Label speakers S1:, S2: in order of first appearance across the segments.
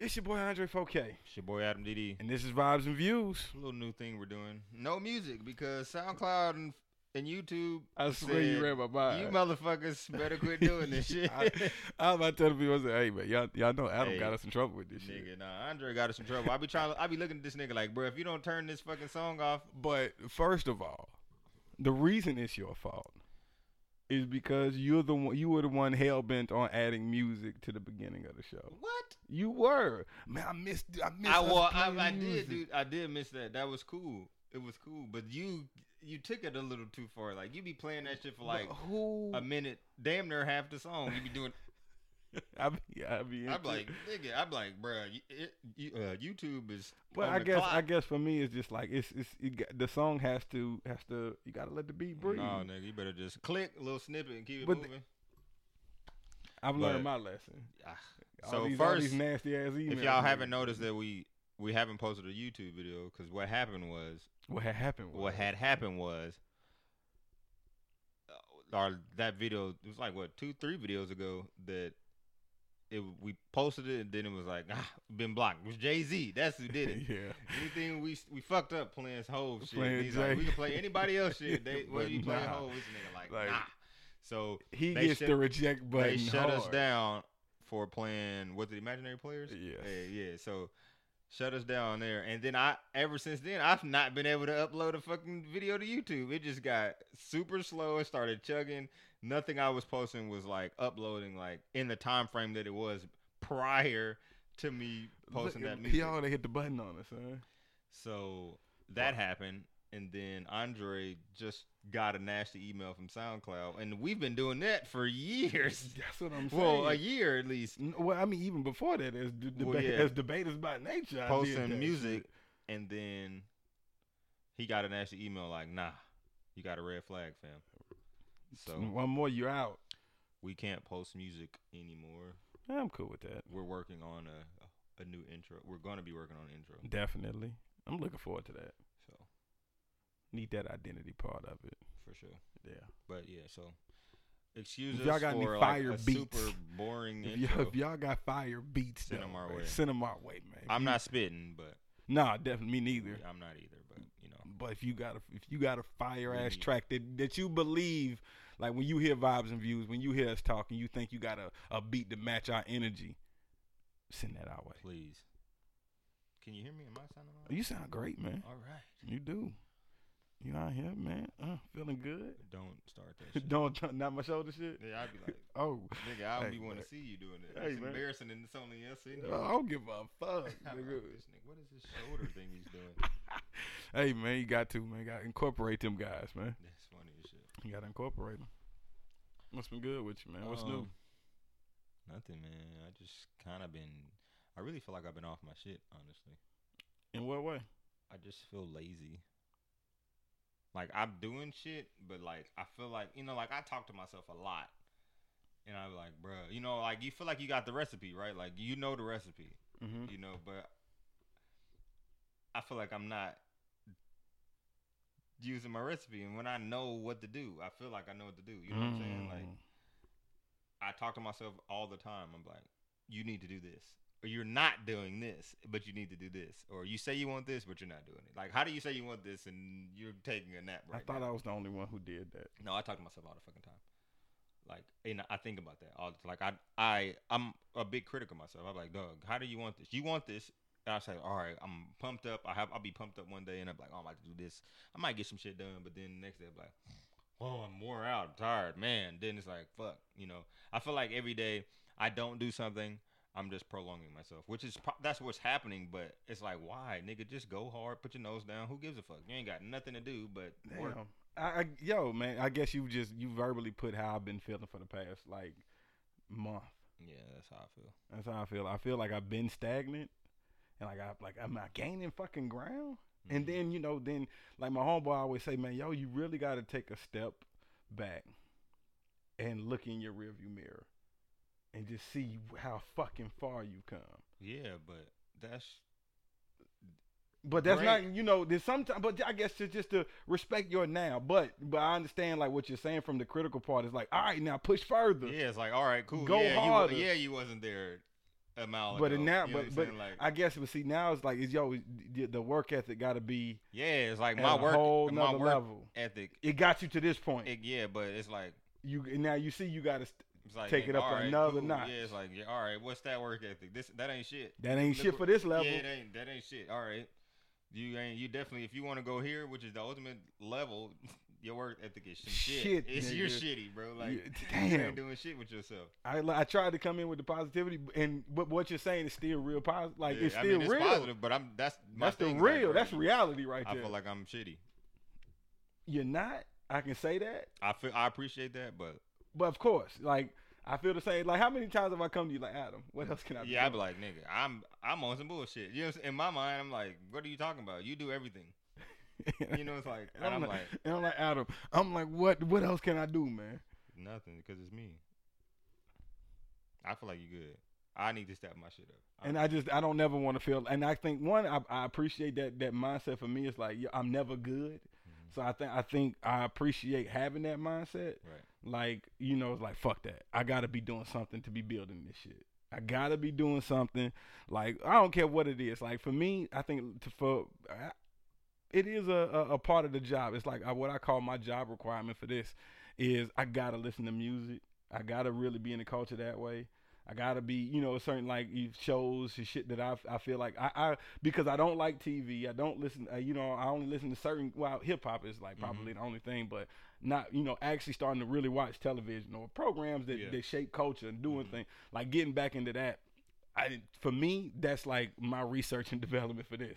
S1: It's your boy Andre 4K,
S2: It's your boy Adam DD.
S1: and this is Vibes and Views.
S2: A little new thing we're doing. No music because SoundCloud and, and YouTube.
S1: I swear you
S2: said,
S1: read my mind.
S2: You motherfuckers better quit doing this shit.
S1: I, I was about to tell the people, I said, "Hey man, y'all, y'all know Adam
S2: Hey,
S1: got us in trouble with this shit."
S2: Nigga, nah, Andre got us in trouble. I be trying. I be looking at this nigga like, bro, if you don't turn this fucking song off,
S1: But first of all, the reason it's your fault is because you're the one, you were the one hell bent on adding music to the beginning of the show.
S2: what?
S1: You were, man. I missed. I missed.
S2: I
S1: us
S2: well, I,
S1: playing
S2: I did,
S1: music.
S2: dude. I did miss that. That was cool. It was cool, but you you took it a little too far. Like you be playing that shit for
S1: But
S2: like
S1: who?
S2: a minute, damn near half the song. You be doing.
S1: I be, I be
S2: I'm
S1: into-
S2: like, nigga. I'm like, bro. You, it, you, uh, YouTube is.
S1: But
S2: on
S1: I
S2: the
S1: guess
S2: clock.
S1: I guess for me it's just like it's it's it, got- the song has to has to you gotta let the beat breathe.
S2: No, nigga, you better just click a little snippet and keep it
S1: But th-
S2: moving.
S1: I've
S2: but-
S1: learned my lesson.
S2: Ah,
S1: All
S2: so
S1: these, all
S2: first,
S1: these nasty ass emails.
S2: if y'all haven't noticed that we we haven't posted a YouTube video because what happened was
S1: what had happened, was,
S2: what had happened was uh, our that video it was like what two three videos ago that it we posted it and then it was like ah, been blocked. It was Jay Z. That's who did it.
S1: yeah,
S2: Anything we we fucked up playing whole shit.
S1: Playing
S2: He's like,
S1: Jay.
S2: we can play anybody else shit. They
S1: But
S2: when you play
S1: nah.
S2: whole, this nigga like,
S1: Like,
S2: nah. So
S1: he
S2: They
S1: gets
S2: shut-
S1: the reject button.
S2: they shut us
S1: hard.
S2: down for playing was it imaginary players?
S1: Yes.
S2: Yeah, yeah. So shut us down there. And then I ever since then I've not been able to upload a fucking video to YouTube. It just got super slow. It started chugging. Nothing I was posting was like uploading like in the time frame that it was prior to me posting
S1: Look,
S2: that music.
S1: He already hit the button on us, son.
S2: So that happened. And then Andre just got a nasty email from SoundCloud. And we've been doing that for years.
S1: That's what I'm saying.
S2: Well, a year at least.
S1: N- well, I mean, even before that, as d-
S2: Well,
S1: deba-
S2: yeah.
S1: as debaters by nature, I did that
S2: posting
S1: shit.
S2: music, and then he got an actual email like, "Nah, you got a red flag, fam. So
S1: One more, you're out.
S2: we can't post music anymore.
S1: I'm cool with that.
S2: We're working on a a new intro. We're gonna be working on an intro.
S1: Definitely, I'm looking forward to that.
S2: So
S1: Need that identity part of it.
S2: for sure.
S1: Yeah.
S2: But yeah, so excuse
S1: If y'all
S2: us
S1: got any
S2: for
S1: fire
S2: like a
S1: beats,
S2: super boring
S1: If
S2: intro.
S1: y'all, if y'all got fire beats,
S2: Send
S1: though,
S2: 'em our
S1: man,
S2: way.
S1: Send 'em our way, man. If
S2: I'm
S1: you-
S2: not spitting, but
S1: Nah, definitely me neither.
S2: I'm not either. But you know,
S1: But if you got a if you got a fire
S2: We
S1: ass
S2: need-
S1: track that that you believe, like when you hear vibes and views, when you hear us talking, you think you got a, a beat to match our energy. Send that our way.
S2: please. Can you hear me? Am I sounding all right?
S1: You sound great, man.
S2: All right.
S1: You do. You out here, man. Uh, feeling good.
S2: Don't start that shit.
S1: Don't not my shoulder shit.
S2: Yeah, I'd be like.
S1: Oh,
S2: Nigga, I don't
S1: Hey,
S2: want
S1: man.
S2: to see you doing that.
S1: Hey,
S2: it's
S1: man.
S2: embarrassing and it's only us in here.
S1: I don't give a fuck.
S2: I'm like,
S1: nigga.
S2: this nigga, what is this shoulder thing he's doing?
S1: hey man, you got to man, got to incorporate them guys, man.
S2: That's funny as shit.
S1: You got to incorporate them. What's been good with you, man? What's new?
S2: Um, Nothing, man. I just kind of been. I really feel like I've been off my shit, honestly.
S1: In what way?
S2: I just feel lazy. Like I'm doing shit, but like I feel like you know, like I talk to myself a lot, and I'm like, bruh, you know, like you feel like you got the recipe, right? Like you know the recipe.
S1: Mm-hmm.
S2: you know, but I feel like I'm not using my recipe and when I know what to do, I feel like I know what to do. You know what I'm
S1: Mm.
S2: saying? Like I talk to myself all the time. I'm like, you need to do this. Or you're not doing this, but you need to do this. Or you say you want this, but you're not doing it. Like, how do you say you want this and you're taking a nap right
S1: I thought
S2: now?
S1: I was the only one who did that.
S2: No, I talk to myself all the fucking time. Like, and I think about that all. Like, I, I, I'm a big critic of myself. I'm like, Doug, how do you want this? You want this? And I say, all right, I'm pumped up. I have, I'll be pumped up one day, and I'm like, oh, I might do this. I might get some shit done, but then the next day, I'm like, whoa, I'm wore out. I'm tired, man. Then it's like, fuck, you know. I feel like every day I don't do something. I'm just prolonging myself, which is pro- that's what's happening. But it's like, why, nigga? Just go hard, put your nose down. Who gives a fuck? You ain't got nothing to do but work.
S1: Damn. I, I, yo, man, I guess you just you verbally put how I've been feeling for the past like month.
S2: Yeah, that's how I feel.
S1: That's how I feel. I feel like I've been stagnant, and like I like I'm not gaining fucking ground. And
S2: Mhm.
S1: then you know, then like my homeboy always say, man, yo, you really got to take a step back and look in your rearview mirror and just see how fucking far you've come.
S2: Yeah, but that's
S1: But that's
S2: Great.
S1: not, you know, there's sometimes, but I guess it's just to respect your now. But but I understand like what you're saying from the critical part is like, all right, now push further.
S2: yeah. It's like all right, cool.
S1: Go
S2: yeah, you wa-
S1: harder.
S2: yeah, you wasn't there a mile
S1: But
S2: ago.
S1: in now-
S2: you know
S1: but-
S2: what I'm saying? like,
S1: I guess, but see, now it's like, it's, yo, the, the work ethic got to be
S2: yeah, it's like
S1: at
S2: my
S1: a
S2: work,
S1: whole
S2: my
S1: nother
S2: work
S1: level.
S2: ethic.
S1: It got you to this point.
S2: It, yeah, but it's like
S1: you now you see, you got to.
S2: it's like
S1: Take it up
S2: all right,
S1: another
S2: cool.
S1: notch.
S2: Yeah, it's like yeah, all right, what's that work ethic? This that ain't shit.
S1: That ain't
S2: Look
S1: shit
S2: what-
S1: for this level.
S2: Yeah, it ain't that ain't shit. All right, you ain't you definitely if you want to go here, which is the ultimate level, your work ethic is some shit.
S1: Shit,
S2: it's you're
S1: nigga.
S2: shitty, bro. Like
S1: You-
S2: you
S1: damn.
S2: ain't doing shit with yourself.
S1: I li- I tried to come in with the positivity, b- and but what you're saying is still real positive. Like
S2: Yeah,
S1: it's
S2: I
S1: still
S2: mean,
S1: real.
S2: positive, but I'm that's my
S1: That's the
S2: thing, like,
S1: real.
S2: bro,
S1: That's reality right
S2: I
S1: there.
S2: feel like I'm shitty.
S1: you're not. I can say that,
S2: I feel I appreciate that, but
S1: but of course, like I feel the same. Like how many times have I come to you like Adam? What else can I?
S2: yeah, I'd
S1: do?
S2: be like, nigga, I'm I'm on some bullshit. You know, what I'm saying? in my mind, I'm like, what are you talking about? You do everything. You know, it's like,
S1: And
S2: and I'm like
S1: and I'm like Adam. I'm like, what? What else can I do, man?
S2: nothing because it's me. I feel like you good. I need to step my shit up.
S1: And I just, I don't never want to feel. And I think one, I, I appreciate that that mindset. For me, it's like yeah, I'm never good.
S2: Mhm.
S1: So I think I think I appreciate having that mindset.
S2: right.
S1: like you know it's like fuck that i gotta be doing something to be building this shit i gotta be doing something like i don't care what it is like for me i think to, for I, it is a, a, a part of the job it's like I, what i call my job requirement for this is i gotta listen to music i gotta really be in the culture that way I gotta be, you know, certain like you shows and shit that I, I feel like I, I because I don't like TV. I don't listen, uh, you know, I only listen to certain. Well, hip hop is like probably the only thing, but not you know actually starting to really watch television or programs that,
S2: Yeah.
S1: that shape culture and doing
S2: Mhm.
S1: things like getting back into that i didn't- for me that's like my research and development for this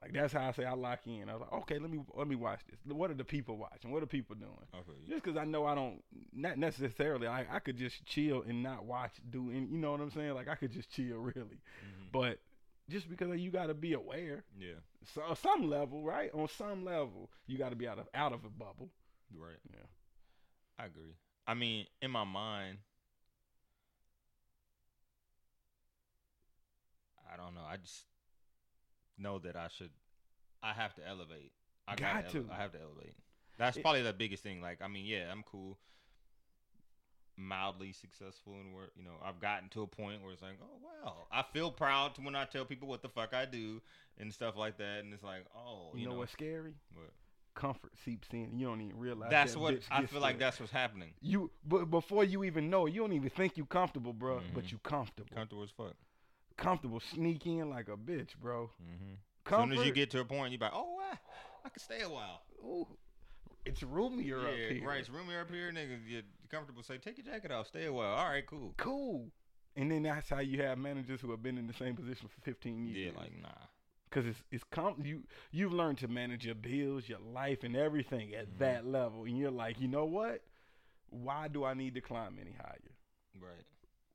S1: like that's how i say i lock in i was like okay let me let me watch this what are the people watching what are people doing
S2: I feel you.
S1: just because i know i don't not necessarily I, I could just chill and not watch do any, you know what i'm saying like i could just chill really
S2: Mhm.
S1: but just because you got to be aware
S2: Yeah.
S1: so some level right on some level you got to be out of out of a bubble
S2: Right.
S1: Yeah.
S2: I agree. I mean, in my mind, I don't know. I just know that I should. I have to elevate. I gotta
S1: Got
S2: ele-
S1: to.
S2: I have to elevate. That's
S1: It-
S2: probably the biggest thing. Like, I mean, yeah, I'm cool. Mildly successful in work, you know. I've gotten to a point where it's like, oh wow, I feel proud when I tell people what the fuck I do and stuff like that. And it's like, oh,
S1: you, know, what's scary
S2: what?
S1: comfort seeps in and you don't even realize
S2: That's
S1: that
S2: what
S1: bitch
S2: I
S1: gets
S2: feel like.
S1: there.
S2: That's what's happening.
S1: you but before you even know it, you don't even think you comfortable bro but
S2: Mhm.
S1: you comfortable
S2: Comfortable as fuck.
S1: comfortable sneak in like a bitch bro
S2: Mm-hmm. As
S1: comfort
S2: soon as you get to a point, you're like, oh, I, I could stay a while.
S1: ooh, it's roomier up here
S2: right. It's roomy up here, nigga. You're comfortable. Say, take your jacket off. Stay a while. All right, cool.
S1: cool and then that's how you have managers who have been in the same position for 15
S2: Yeah,
S1: years
S2: like nah.
S1: because it's it's com- you you've learned to manage your bills your life and everything at
S2: Mhm.
S1: that level and you're like you know what why do i need to climb any higher
S2: Right.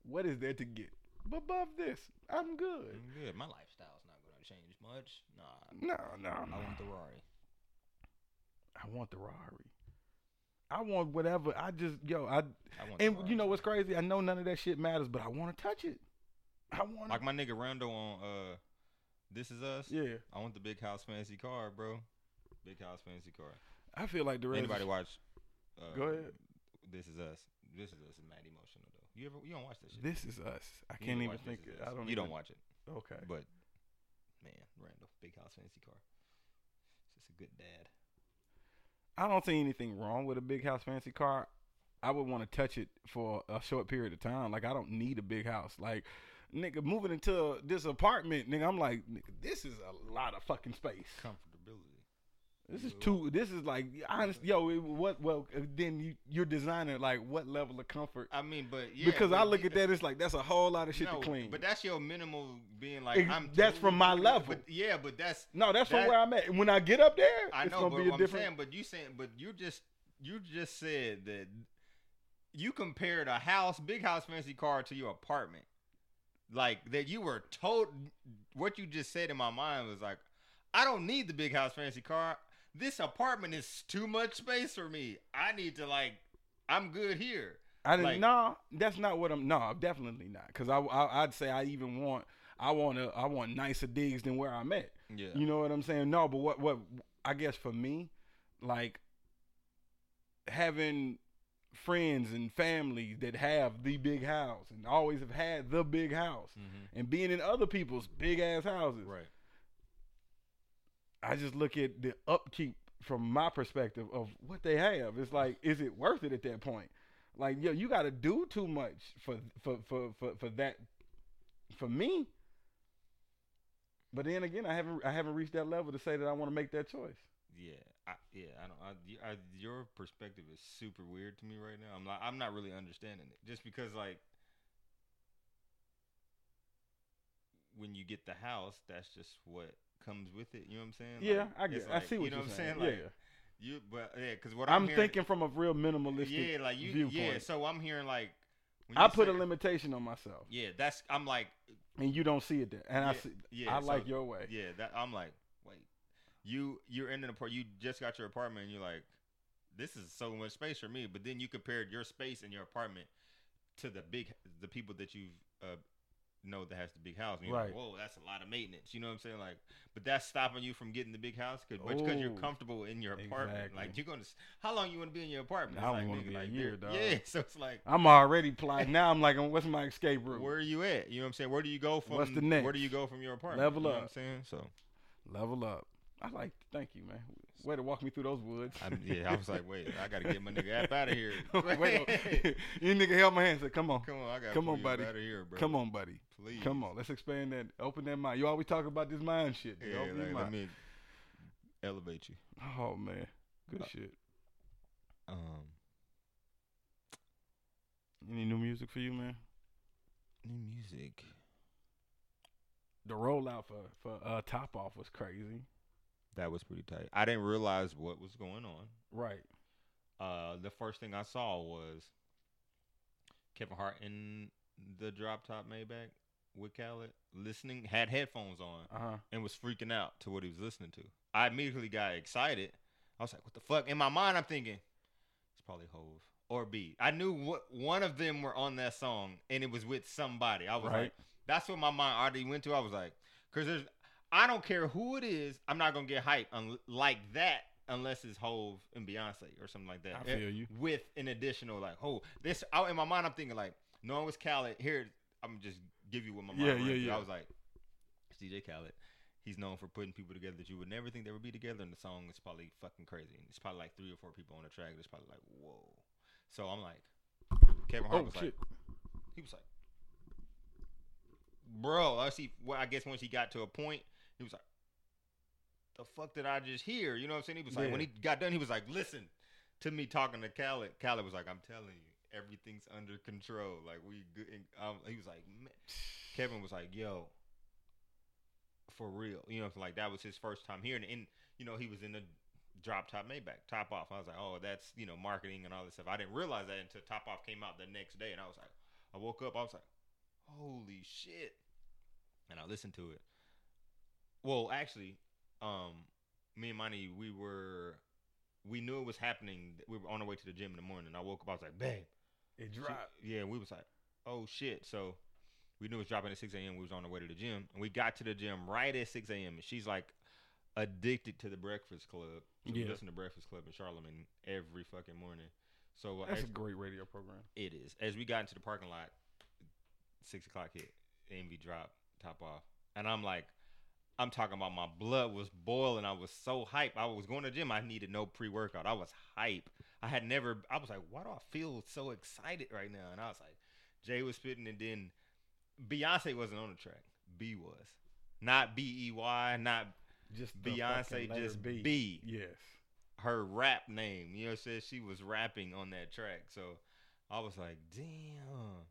S1: what is there to get above this i'm good
S2: I'm good. My lifestyle's not gonna change much. Nah.
S1: No, no. no.
S2: I want the Rari.
S1: I want the Rari. I want whatever. I just yo. I
S2: I want. the
S1: and
S2: Rari.
S1: you know what's crazy? I know none of that shit matters, but I want to touch it. I want.
S2: Like my nigga Rondo on uh, This Is Us.
S1: yeah,
S2: I want the big house fancy car, bro. Big house fancy car.
S1: I feel like the rest.
S2: Anybody watch? Uh,
S1: Go ahead.
S2: This Is Us. This Is Us is mad emotional though. You ever? You don't watch that shit?
S1: This is us. I
S2: You
S1: can't
S2: need
S1: even
S2: to watch This
S1: think.
S2: Is
S1: It.
S2: Us.
S1: I don't.
S2: You
S1: even,
S2: don't watch it.
S1: Okay.
S2: But man, Randall, big house, fancy car. Just a good dad.
S1: I don't see anything wrong with a big house, fancy car. I would want to touch it for a short period of time. Like I don't need a big house. Like nigga, moving into this apartment, nigga, I'm like, nigga, this is a lot of fucking space.
S2: Comfortability.
S1: This is
S2: Yeah.
S1: too. This is like honest, yo. it- What? Well, then you you're designing like what level of comfort?
S2: I mean, but yeah,
S1: because I
S2: but
S1: look
S2: you-
S1: at that, it's like that's a whole lot of shit
S2: no,
S1: to clean.
S2: But that's your minimal being like
S1: Ex-
S2: I'm.
S1: that's from my
S2: totally-
S1: level.
S2: But, yeah, but that's
S1: no, that's from
S2: that-
S1: where I'm at. When I get up there,
S2: I
S1: it's
S2: know.
S1: gonna
S2: But
S1: be a
S2: what I'm
S1: different.
S2: saying, but you saying, but you just you just said that you compared a house, big house, fancy car to your apartment. Like that, you were told what you just said in my mind was like, I don't need the big house, fancy car. This apartment is too much space for me. I need to like, I'm good here.
S1: I didn't.
S2: like-
S1: nah, that's not what I'm. Nah, definitely not. Because I, I I'd say I even want I want to I want nicer digs than where I'm at.
S2: Yeah,
S1: You know what I'm saying? No, but what what I guess for me, like having friends and families that have the big house and always have had the big house
S2: Mm-hmm.
S1: and being in other people's big ass houses.
S2: Right.
S1: I just look at the upkeep from my perspective of what they have. It's like, is it worth it at that point? Like, yo, you got to do too much for for for for, for that for me. But then again, I haven't I haven't reached that level to say that I want to make that choice.
S2: Yeah. I, yeah. I don't. I, y- I, your perspective is super weird to me right now. I'm like, I'm not really understanding it. Just because, like, when you get the house, that's just what comes with it. You know what I'm saying?
S1: yeah,
S2: Like,
S1: I
S2: it's
S1: get. I
S2: like-
S1: see what
S2: you know
S1: you're
S2: what I'm
S1: saying.
S2: saying. Like,
S1: yeah,
S2: you, but yeah, because what
S1: I'm,
S2: I'm, hearing-
S1: thinking from a real minimalistic.
S2: yeah, like you, yeah.
S1: viewpoint.
S2: So I'm hearing like, when
S1: I
S2: you
S1: put a
S2: say-
S1: limitation on myself,
S2: Yeah, that's. I'm like,
S1: and you don't see it there. And I see.
S2: yeah.
S1: I
S2: so-
S1: like your way.
S2: Yeah, that I'm like, wait, you you're in an apartment. You just got your apartment, and you're like, this is so much space for me. But then you compared your space in your apartment to the big the people that you uh, know that has the big house. And you're
S1: Right.
S2: like, whoa, that's a lot of maintenance. You know what I'm saying? Like, but that's stopping you from getting the big house because you're
S1: Oh,
S2: comfortable in your apartment. Like,
S1: exactly.
S2: you're gonna s- how long you want to be in your apartment?
S1: I
S2: It's
S1: only
S2: like,
S1: wanna
S2: nigga,
S1: be a
S2: like,
S1: year,
S2: there-
S1: dog.
S2: Yeah, so it's like.
S1: I'm already plotting. Now I'm like, what's my escape route?
S2: Where are you at? You know what I'm saying? Where do you go from?
S1: What's the
S2: Where
S1: next?
S2: do you go from your apartment?
S1: Level
S2: you know
S1: up.
S2: What I'm saying so.
S1: Level up. I like. Thank you, man. Way to walk me through those woods.
S2: I, yeah, I was like, wait, I gotta get my nigga app out of here.
S1: Wait a- you nigga held my hand. and Said, "Come on,
S2: come on, I gotta
S1: Come
S2: pull
S1: on,
S2: you
S1: buddy.
S2: out of here, bro.
S1: come on, buddy.
S2: please.
S1: Come on. Let's expand that. Open that mind. You always talk about this mind shit. dude.
S2: Yeah,
S1: Open your
S2: like, let
S1: mind.
S2: me elevate you.
S1: Oh man,
S2: Uh,
S1: good shit.
S2: Um,
S1: Any new music for you, man?
S2: new music.
S1: The rollout for for uh, Top Off was crazy.
S2: That was pretty tight. I didn't realize what was going on.
S1: Right.
S2: Uh, the first thing I saw was Kevin Hart in the drop top Maybach with Khaled listening, had headphones on,
S1: Uh huh.
S2: and was freaking out to what he was listening to. I immediately got excited. I was like, "What the fuck?" In my mind, I'm thinking it's probably Hove or B. I knew what one of them were on that song, and it was with somebody. I was
S1: Right.
S2: like, "That's what my mind already went to." I was like, "Cause there's, I don't care who it is, I'm not gonna get hype un- like that unless it's Hove and Beyonce or something like that."
S1: I
S2: Eh,
S1: feel you.
S2: With an additional like, "Oh, this." I, in my mind, I'm thinking like, "No, it was Khaled." Here, I'm just give you what my mind.
S1: Yeah,
S2: went
S1: yeah,
S2: to.
S1: yeah.
S2: I was like. It's DJ Khaled. He's known for putting people together that you would never think they would be together, and the song is probably fucking crazy. And it's probably like three or four people on the track. It's probably like whoa. So I'm like, Kevin Hart
S1: Oh
S2: was
S1: shit.
S2: like, he was like, bro. I see. Well, I guess once he got to a point, he was like, the fuck did I just hear? You know what I'm saying? He was like, when
S1: Yeah.
S2: he got done, he was like, listen to me talking to Khaled. Khaled was like, I'm telling you, everything's under control. Like we good. And, um, he was like, man. Kevin was like, "Yo, for real," you know, like that was his first time hearing it, and you know he was in the drop top Maybach, top off. I was like, "Oh, that's you know marketing and all this stuff." I didn't realize that until top off came out the next day, and I was like, I woke up, I was like, "Holy shit!" And I listened to it. Well, actually, um, me and Monty, we were, we knew it was happening. We were on our way to the gym in the morning. I woke up, I was like, "Babe."
S1: It
S2: She-
S1: dropped.
S2: yeah, we was like, oh shit. So we knew it was dropping at 6 a.m. We was on the way to the gym. And we got to the gym right at 6 a.m. And she's like addicted to the Breakfast Club. So
S1: Yeah.
S2: we listen to Breakfast Club in Charlemagne every fucking morning. So
S1: That's
S2: as,
S1: a great radio program.
S2: it is. As we got into the parking lot, six o'clock hit, Envy drop, top off. And I'm like, I'm talking about my blood was boiling. I was so hype. I was going to the gym. I needed no pre workout. I was hype. I had never, I was like, why do I feel so excited right now? And I was like, Jay was spitting, and then Beyonce wasn't on the track. B was. Not B E Y, not
S1: Just the fucking
S2: Beyonce,
S1: letter
S2: just
S1: B.
S2: B
S1: Yes.
S2: her rap name. You know, says she was rapping on that track. So I was like, damn,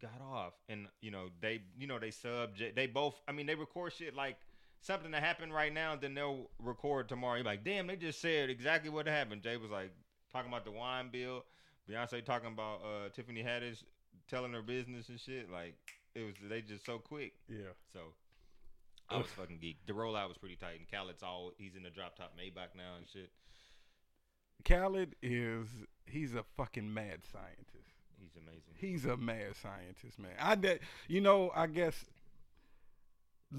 S2: got off. And you know, they you know they sub they both. I mean, they record shit like something that happened right now. Then they'll record tomorrow. You're like, damn, they just said exactly what happened. Jay was like talking about the wine bill. Beyonce talking about uh, Tiffany Haddish telling her business and shit. Like it was they just so quick.
S1: Yeah.
S2: So I was fucking geeked. The rollout was pretty tight, and Khaled's all he's in the drop top Maybach now and shit.
S1: Khaled is he's a fucking mad scientist.
S2: He's amazing.
S1: He's a mad scientist, man. I that you know, I guess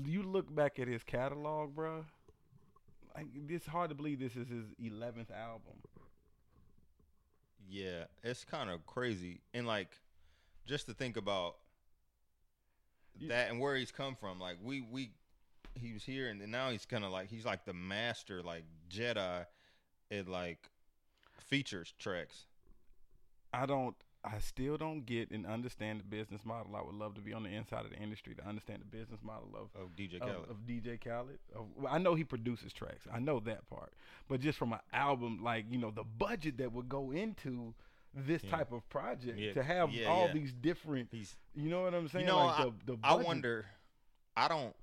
S1: you look back at his catalog, bruh. Like it's hard to believe this is his eleventh album.
S2: Yeah, it's kind of crazy, and like, just to think about
S1: You-
S2: that and where he's come from. Like, we we he was here, and now he's kind of like he's like the master, like Jedi, at like features tracks.
S1: I don't. I still don't get and understand the business model. I would love to be on the inside of the industry to understand the business model of
S2: Oh, DJ
S1: of,
S2: Khaled.
S1: of DJ Khaled. Of, well, I know he produces tracks. I know that part. But just from an album, like you know, the budget that would go into this
S2: Yeah.
S1: type of project
S2: Yeah,
S1: to have
S2: yeah,
S1: all
S2: yeah.
S1: these different.
S2: he's
S1: You know what I'm saying?
S2: know,
S1: like the, the
S2: I
S1: budget-
S2: wonder. I don't.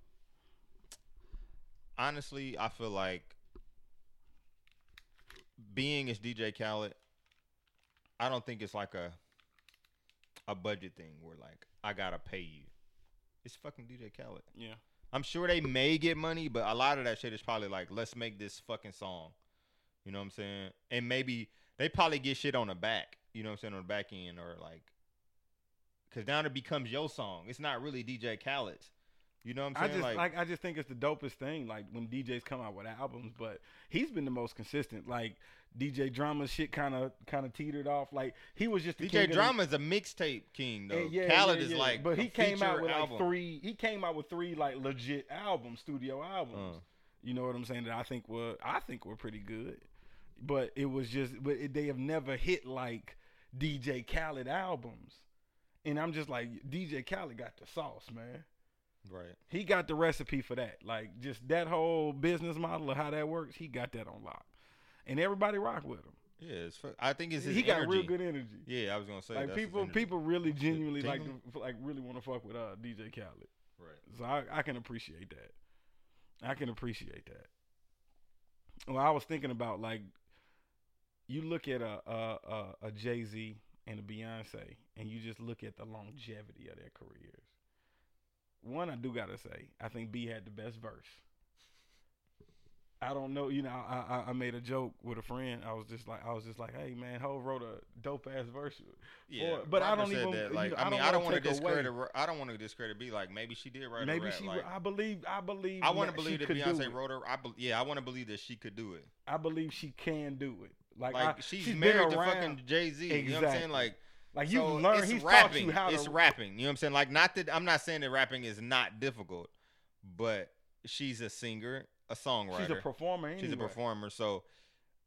S2: Honestly, I feel like being as DJ Khaled, I don't think it's like a a budget thing where like I gotta pay you. It's fucking DJ Khaled.
S1: Yeah.
S2: I'm sure they may get money, but a lot of that shit is probably like, let's make this fucking song. You know what I'm saying? And maybe they probably get shit on the back. You know what I'm saying? On the back end or like, cause now it becomes your song. It's not really DJ Khaled's. You know what I'm
S1: I
S2: saying?
S1: just like,
S2: like,
S1: I just think it's the dopest thing. Like when DJs come out with albums, but he's been the most consistent. Like DJ Drama shit kind of kind of teetered off. Like he was just the king of
S2: DJ
S1: the-
S2: Drama is a mixtape king though.
S1: And yeah,
S2: Khaled
S1: yeah,
S2: is
S1: yeah.
S2: like,
S1: but
S2: a
S1: he came out
S2: feature
S1: with
S2: album.
S1: like three. He came out with three like legit albums, studio albums.
S2: Uh.
S1: You know what I'm saying? That I think were I think were pretty good, but it was just but it, they have never hit like DJ Khaled albums, and I'm just like DJ Khaled got the sauce, man.
S2: Right.
S1: He got the recipe for that. Like just that whole business model of how that works. He got that on lock, and everybody rock with him.
S2: Yeah. It's, fu- I think it's his
S1: He got
S2: energy.
S1: real good energy.
S2: Yeah, I was gonna say
S1: like
S2: that's his
S1: people,
S2: energy.
S1: people really genuinely like
S2: Tingling?
S1: to, like really want to fuck with uh, DJ Khaled.
S2: Right.
S1: So I, I can appreciate that. I can appreciate that. Well, I was thinking about like you look at a a, a, a Jay Z and a Beyonce, and you just look at the longevity of their careers. One, I do gotta say, I think B had the best verse. I don't know, you know. I, I I made a joke with a friend. I was just like, I was just like, hey man, Ho wrote a dope ass verse.
S2: Yeah,
S1: Or- but I
S2: Rocker
S1: don't
S2: said
S1: even-
S2: That.
S1: you
S2: Like,
S1: know,
S2: I mean, I don't want to
S1: take away-
S2: discredit. Ro- I don't want to discredit. Be like, maybe she did write a
S1: Maybe
S2: rap.
S1: she.
S2: like,
S1: I believe. I believe.
S2: I want
S1: that
S2: to
S1: she
S2: believe that
S1: could do it.
S2: Beyonce wrote her. I bel yeah, I want to believe that she could do it.
S1: I believe she can do it. Like,
S2: Like,
S1: I,
S2: she's,
S1: been
S2: married to
S1: around.
S2: fucking Jay Z. You know what I'm
S1: Exactly.
S2: saying? Like,
S1: Like you
S2: so
S1: learn.
S2: it's
S1: He's taught
S2: rapping.
S1: you how
S2: it's
S1: to.
S2: rapping. You know what I'm saying? Like, not that I'm not saying that rapping is not difficult, but she's a singer, a songwriter.
S1: she's a performer. Anyway.
S2: She's a performer. So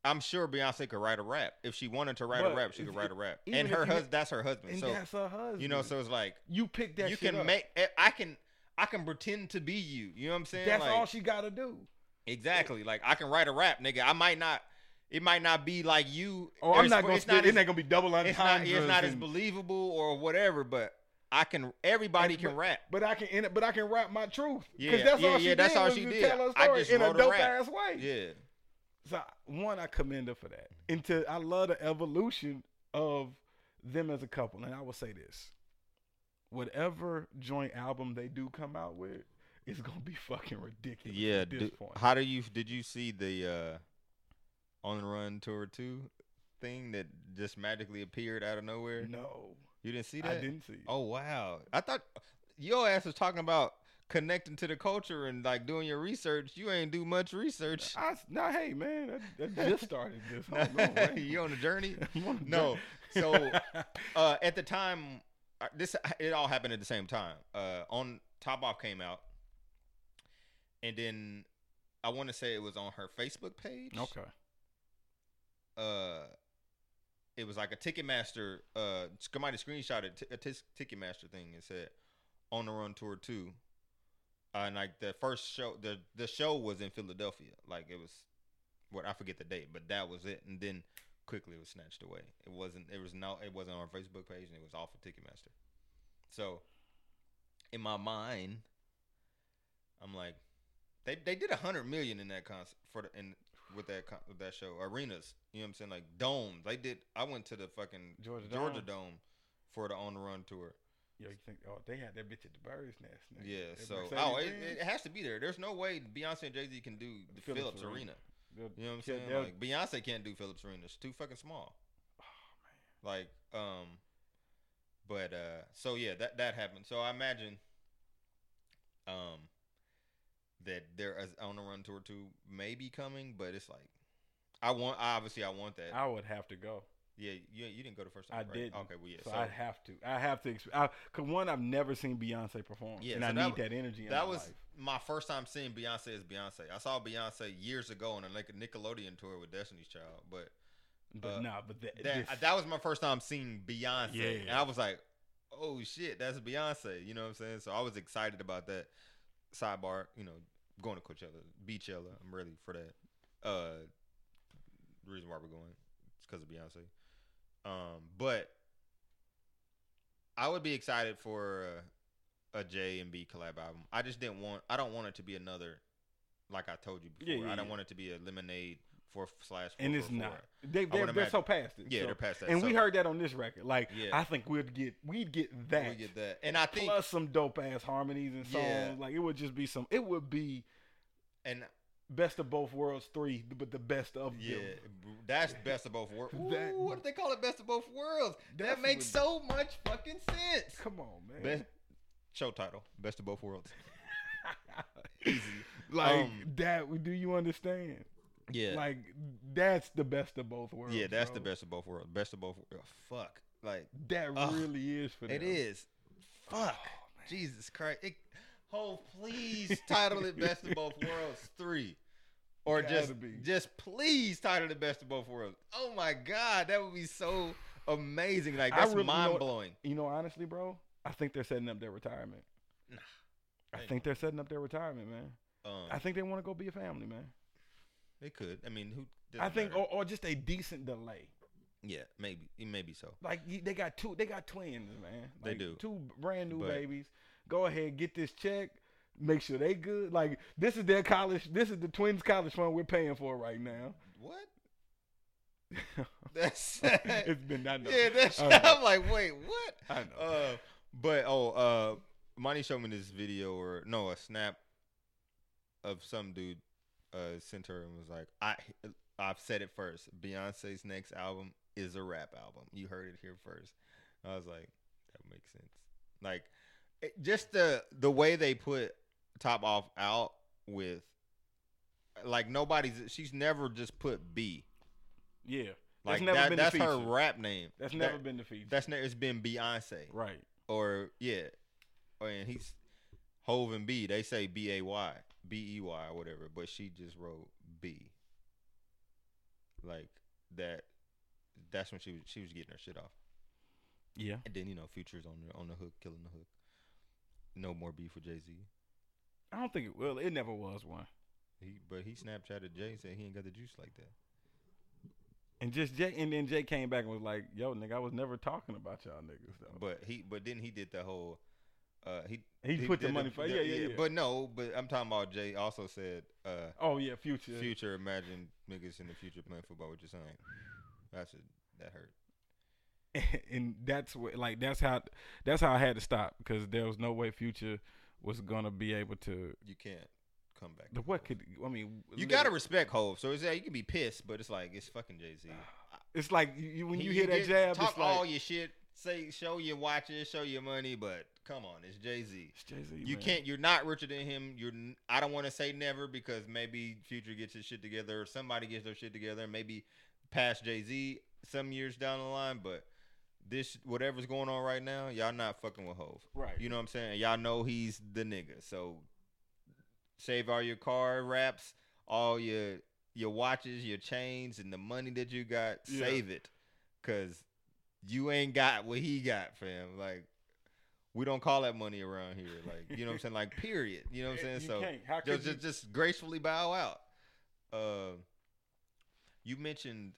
S2: I'm sure Beyonce could write a rap if she wanted to write
S1: But
S2: a rap. She
S1: if
S2: could
S1: you-
S2: write a rap,
S1: even
S2: and
S1: if
S2: her
S1: you-
S2: husband. That's her husband.
S1: and
S2: So
S1: that's her husband.
S2: you know, so it's like.
S1: you pick that.
S2: you
S1: shit
S2: can
S1: up.
S2: make eh, I can I can pretend to be you. You know what I'm saying?
S1: That's
S2: Like,
S1: all she got to do.
S2: exactly. Like I can write a rap, nigga. I might not. It might not be like you.
S1: Oh,
S2: or
S1: I'm
S2: it's-
S1: not gonna.
S2: It's
S1: Spit,
S2: not.
S1: it
S2: As,
S1: ain't gonna be double
S2: it's not.
S1: entendres.
S2: It's not as
S1: and-
S2: believable or whatever. But I can. Everybody
S1: And-
S2: can rap.
S1: but I can. But I can rap my truth.
S2: Yeah,
S1: Cause that's
S2: yeah,
S1: all she
S2: yeah,
S1: did.
S2: that's all
S1: was
S2: she
S1: just
S2: did.
S1: Tell her
S2: I
S1: story
S2: just
S1: in a
S2: wrote a
S1: dope
S2: rap.
S1: ass way.
S2: Yeah.
S1: So one, I commend her for that. And to, I love the evolution of them as a couple. And I will say this: whatever joint album they do come out with, it's gonna be fucking ridiculous.
S2: Yeah.
S1: at this
S2: do-
S1: point.
S2: how do you? Did you see the uh, on the run tour two thing that just magically appeared out of nowhere?
S1: no,
S2: You didn't see
S1: I
S2: that?
S1: didn't see. It.
S2: Oh wow! I thought your ass was talking about connecting to the culture and like doing your research. You ain't do much research.
S1: I s- now, hey man, that, that just started this. Hold on, wait.
S2: you on a journey?
S1: I'm on a
S2: No. So
S1: journey.
S2: uh, at the time, uh, this it all happened at the same time. Uh, on Top Off came out, and then I want to say it was on her Facebook page.
S1: okay,
S2: Uh, it was like a Ticketmaster. Uh, somebody screenshotted t- a tis- Ticketmaster thing and said, "On the Run Tour 2. Uh, and like the first show, the the show was in Philadelphia. Like it was, what I forget the date, but that was it. And then quickly it was snatched away. It wasn't. It was no. It wasn't on our Facebook page, and it was off of Ticketmaster. So, in my mind, I'm like, they they did a hundred million in that concert for the in with that con- with that show arenas. You know what I'm saying? Like domes. They did. I went to the fucking
S1: Georgia
S2: Georgia
S1: Dome.
S2: Dome for the on the run tour.
S1: yo, you think? Oh, they had that bitch at the bird's nest. nigga.
S2: Yeah,
S1: That
S2: so
S1: Mercedes
S2: oh, it,
S1: Benz,
S2: it has to be there. There's no way Beyonce and Jay Z can do the
S1: Phillips
S2: Phillips,
S1: Arena.
S2: Arena.
S1: they'll-
S2: You know what I'm
S1: Yeah,
S2: saying?
S1: they'll-
S2: Like Beyonce can't do Phillips Arena. It's too fucking small.
S1: Oh,
S2: Like um, but uh, so yeah, that that happened. So I imagine um that there is on the run tour two maybe coming, but it's like I want obviously I want that.
S1: I would have to go.
S2: Yeah, you, you didn't go the first time.
S1: I
S2: right?
S1: didn't.
S2: Okay, well yeah.
S1: So, I have to. I have to. Exp- I, Cause one, I've never seen Beyonce perform,
S2: Yeah,
S1: and
S2: so
S1: I
S2: that
S1: need
S2: was-
S1: that energy. In
S2: That
S1: my
S2: was
S1: life.
S2: my first time seeing Beyonce as Beyonce. I saw Beyonce years ago on a Nic- Nickelodeon tour with Destiny's Child, but
S1: but
S2: uh,
S1: nah. But that,
S2: that
S1: this-
S2: that was my first time seeing Beyonce,
S1: Yeah.
S2: and I was like, "Oh shit, that's Beyonce." You know what I'm saying? So I was excited about that. Sidebar, you know, going to Coachella, Beachella. I'm really for that. Uh, the reason why we're going is because of Beyonce. Um, but I would be excited for uh, a J and B collab album. I just didn't want. I don't want it to be another. Like I told you before,
S1: Yeah, yeah,
S2: I don't
S1: yeah.
S2: want it to be a lemonade four slash.
S1: and it's
S2: 444.
S1: not. They, they,
S2: would
S1: they're so past it.
S2: Yeah,
S1: so-
S2: they're past that.
S1: and
S2: So-
S1: we heard that on this record. Like,
S2: Yeah.
S1: I think we'd get we'd get that.
S2: We get that. And I think
S1: plus some dope ass harmonies and songs.
S2: Yeah.
S1: Like it would just be some. It would be
S2: and
S1: best of both worlds three, but the best of
S2: yeah,
S1: them.
S2: br- that's best of both worlds.
S1: That-
S2: Ooh, what if they call it best of both worlds?
S1: That's
S2: that makes
S1: what-
S2: so much fucking sense.
S1: Come on, man.
S2: Best show title, best of both worlds. Easy.
S1: like
S2: Um,
S1: that. Do you understand?
S2: Yeah.
S1: Like that's the best of both worlds.
S2: yeah, that's the
S1: bro.
S2: best of both worlds. Best of both worlds. Fuck. Like
S1: That
S2: Ugh.
S1: really is for them.
S2: it is. Fuck.
S1: Oh, man.
S2: Jesus Christ. It, oh, please title it best of both worlds 3. Or
S1: Gotta
S2: just
S1: be.
S2: just please title it best of both worlds. Oh my god, that would be so amazing. Like
S1: I
S2: that's
S1: really know-
S2: mind blowing.
S1: You know, honestly, bro, I think they're setting up their retirement.
S2: Nah.
S1: I
S2: Ain't
S1: think they're setting up their retirement, man.
S2: Um,
S1: I think they want to go be a family, man.
S2: It could. I mean, who?
S1: I
S2: doesn't
S1: think,
S2: matter.
S1: or, or just a decent delay.
S2: yeah, maybe, maybe so.
S1: Like you- they got two, they got twins, man.
S2: They
S1: Like,
S2: do.
S1: two brand new
S2: But-
S1: babies. Go ahead, get this check. Make sure they good. Like this is their college. This is the twins' college fund we're paying for right now.
S2: What? That's
S1: it's been I know. Uh,
S2: yeah. That's
S1: I know.
S2: I'm like, wait, what?
S1: I know.
S2: Uh, but oh, uh, Monty showed me this video or no, a snap of some dude uh sent her and was like, I, I've said it first. Beyonce's next album is a rap album. You heard it here first. I was like, that makes sense. Like, it, just the the way they put Top Off out with, like nobody's. She's never just put B.
S1: yeah,
S2: Like
S1: that's never
S2: that,
S1: been
S2: that's
S1: the feature.
S2: her rap name.
S1: That's
S2: That-
S1: never been the feature.
S2: That's never. It's been Beyonce
S1: right.
S2: or yeah, or, and he's Hove and B. They say B A Y B E Y or whatever, but she just wrote B. Like that. That's when she was she was getting her shit off,
S1: Yeah.
S2: and then you know futures on the on the hook, killing the hook. No more beef with Jay Z.
S1: I don't think it will. It never was one.
S2: He but he Snapchatted Jay said he ain't got the juice like that.
S1: And just Jay, and then Jay came back and was like, "Yo, nigga, I was never talking about y'all niggas though."
S2: But he but then he did the whole. Uh, he
S1: He put the
S2: did
S1: money for- yeah, yeah, yeah.
S2: But no, but I'm talking about Jay also said uh,
S1: oh yeah, future.
S2: Future, imagine niggas in the future playing football with your son. That's a, that hurt.
S1: and that's what like that's how that's how I had to stop because there was no way Future was gonna be able to.
S2: You can't come back.
S1: the- What could I mean?
S2: you gotta respect Hove. So it's like you can be pissed, but it's like it's fucking Jay Z.
S1: It's like you- you, when you hear that jab,
S2: talk
S1: it's like
S2: all your shit, say show your watches, show your money, but come on, it's Jay Z.
S1: it's Jay Z.
S2: You can't. You're not richer than him. You're. n- I don't want to say never because maybe Future gets his shit together, or somebody gets their shit together, and maybe past Jay Z some years down the line. But this, whatever's going on right now, y'all not fucking with Hove.
S1: right.
S2: You know what I'm saying? And y'all know he's the nigga. So save all your car wraps, all your your watches, your chains, and the money that you got.
S1: Yeah.
S2: Save it, cause you ain't got what he got, fam. Like we don't call that money around here. Like you know what I'm saying? Like period. You know what I'm saying?
S1: Eh, You
S2: so
S1: can't. How could
S2: just, just just gracefully bow out. Uh, you mentioned.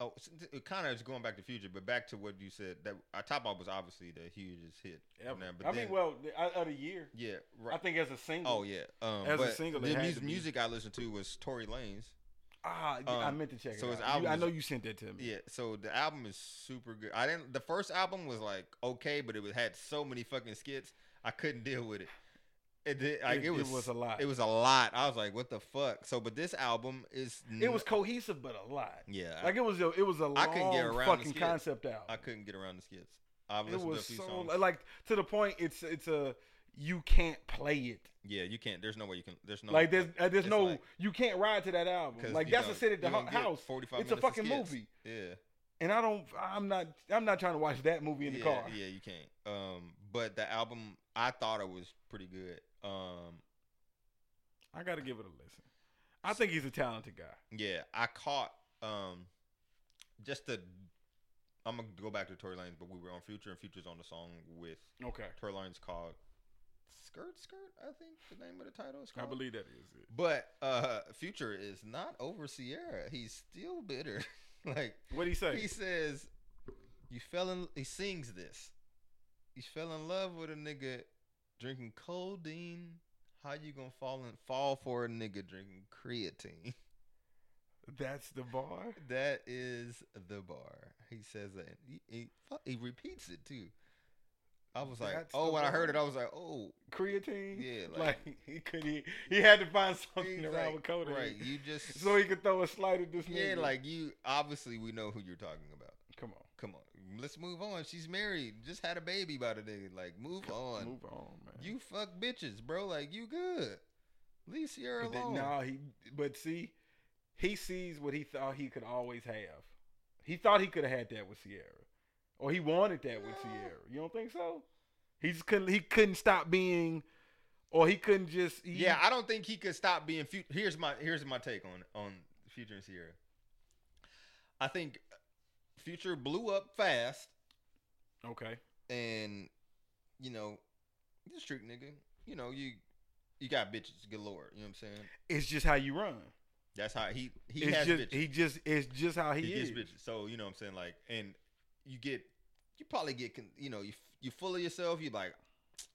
S2: Oh, s- it kind of is going back to future, but back to what you said that uh, Top Off was obviously the hugest hit.
S1: you, ever.
S2: now, but
S1: I
S2: then-
S1: mean, well, the, out of the year,
S2: Yeah,
S1: I
S2: right.
S1: think as a single.
S2: Oh yeah. Um,
S1: As a
S2: but
S1: single, it
S2: the
S1: had
S2: mus-
S1: to be.
S2: music I listened to was Tory Lanez.
S1: Ah, I
S2: Um,
S1: meant to check.
S2: so
S1: it out.
S2: his
S1: You-
S2: album
S1: I
S2: is-
S1: know you sent that to me.
S2: Yeah, so the album is super good. I didn't. The first album was like okay, but it was, had so many fucking skits. I couldn't deal with it. It did, like it, was,
S1: a lot.
S2: It was a lot. I was like, what the fuck? So, but this album is.
S1: It
S2: n-
S1: was cohesive, but a lot.
S2: Yeah,
S1: Like it was a, it was a
S2: Mm-hmm. I
S1: long
S2: couldn't get around the
S1: fucking
S2: skit.
S1: concept out.
S2: I, I couldn't get around the skits. I've
S1: it
S2: listened to a
S1: was
S2: few
S1: so
S2: songs.
S1: like to the point. It's it's a you can't play it.
S2: Yeah, you can't. There's no way you can. There's no
S1: like there's uh, there's
S2: it's
S1: no
S2: like-
S1: you can't ride to that album.
S2: 'cause
S1: Like
S2: you
S1: that's a
S2: gonna-
S1: sit at the
S2: you gonna
S1: hu-
S2: get
S1: house,
S2: 45
S1: It's a
S2: minutes of
S1: fucking
S2: skits.
S1: movie.
S2: Yeah.
S1: and I don't. I'm not. I'm not trying to watch that movie in the
S2: yeah,
S1: car.
S2: Yeah, you can't. Um, but the album, I thought it was pretty good. Um,
S1: I got to give it a listen. I think he's a talented guy.
S2: yeah, I caught um, just to. I'm gonna go back to Tory Lanez, but we were on Future, and Future's on the song with
S1: Okay,
S2: Tory Lanez called "Skirt Skirt." I think the name of the title is
S1: I
S2: called.
S1: believe that is it.
S2: But uh, Future is not over Sierra. He's still bitter. like
S1: What he say?
S2: he says, "You fell in." He sings this. You fell in love with a nigga drinking codeine. How you gonna fall and fall for a nigga drinking creatine?
S1: That's the bar.
S2: That is the bar. He says that. and He, he, fu- he repeats it too. I was like,
S1: That's
S2: oh,
S1: the
S2: when I heard it,
S1: bar.
S2: I was like, oh,
S1: Creatine.
S2: Yeah,
S1: like,
S2: like-
S1: he could. He, he had to find something
S2: he's
S1: to ride
S2: like,
S1: with Cody,
S2: right? You just
S1: so he could throw a slide at this.
S2: yeah,
S1: nigga.
S2: like you. Obviously, we know who you're talking about.
S1: come on,
S2: Come on, let's move on. She's married, just had a baby by the nigga. Like, move on.
S1: move on, man.
S2: You fuck bitches, bro. Like you good. Leave Sierra
S1: But that-
S2: alone.
S1: nah, he. But see, he sees what he thought he could always have. He thought he could have had that with Sierra, or he wanted that with
S2: No.
S1: Sierra. You don't think so? He just couldn't. He couldn't stop being, or he couldn't just. He,
S2: yeah, I don't think he could stop being. Fu- here's my here's my take on on Future and Sierra. I think Future blew up fast,
S1: okay.
S2: and you know, you street nigga. You know you you got bitches galore. You know what I'm saying?
S1: It's just how you run.
S2: That's how he he
S1: it's
S2: has
S1: just
S2: bitches.
S1: he just it's just how he,
S2: he
S1: is.
S2: gets bitches. So you know what I'm saying, like, and you get, you probably get, con- you know, you f- you full of yourself. You like,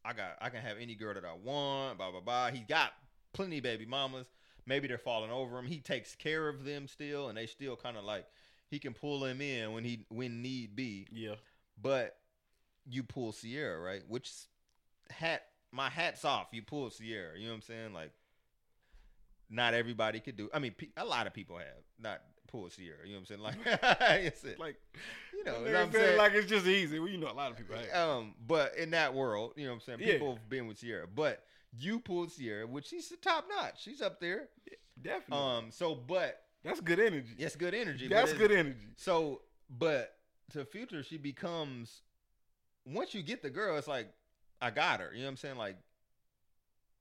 S2: I got, I can have any girl that I want. Blah blah blah. He got plenty of baby mamas. Maybe they're falling over him. He takes care of them still, and they still kind of like he can pull him in when he when need be.
S1: Yeah.
S2: But you pull Sierra right, which s- hat my hats off. You pull Sierra. You know what I'm saying, like. Not everybody could do. I mean, pe- a lot of people have not pull Sierra. You know what I'm saying? Like, it's it
S1: Like
S2: you know,
S1: that nigga
S2: you know what I'm
S1: said,
S2: saying?
S1: like it's just easy. Well, you know a lot of people. have.
S2: um, but in that world, you know what I'm saying?
S1: Yeah.
S2: People have been with Sierra, but you pulled Sierra, which she's the top notch. She's up there.
S1: Definitely.
S2: Um, so but
S1: That's good energy.
S2: it's good energy. but
S1: That's
S2: it's-
S1: good energy.
S2: So, but to future, she becomes once you get the girl, it's like I got her. You know what I'm saying? Like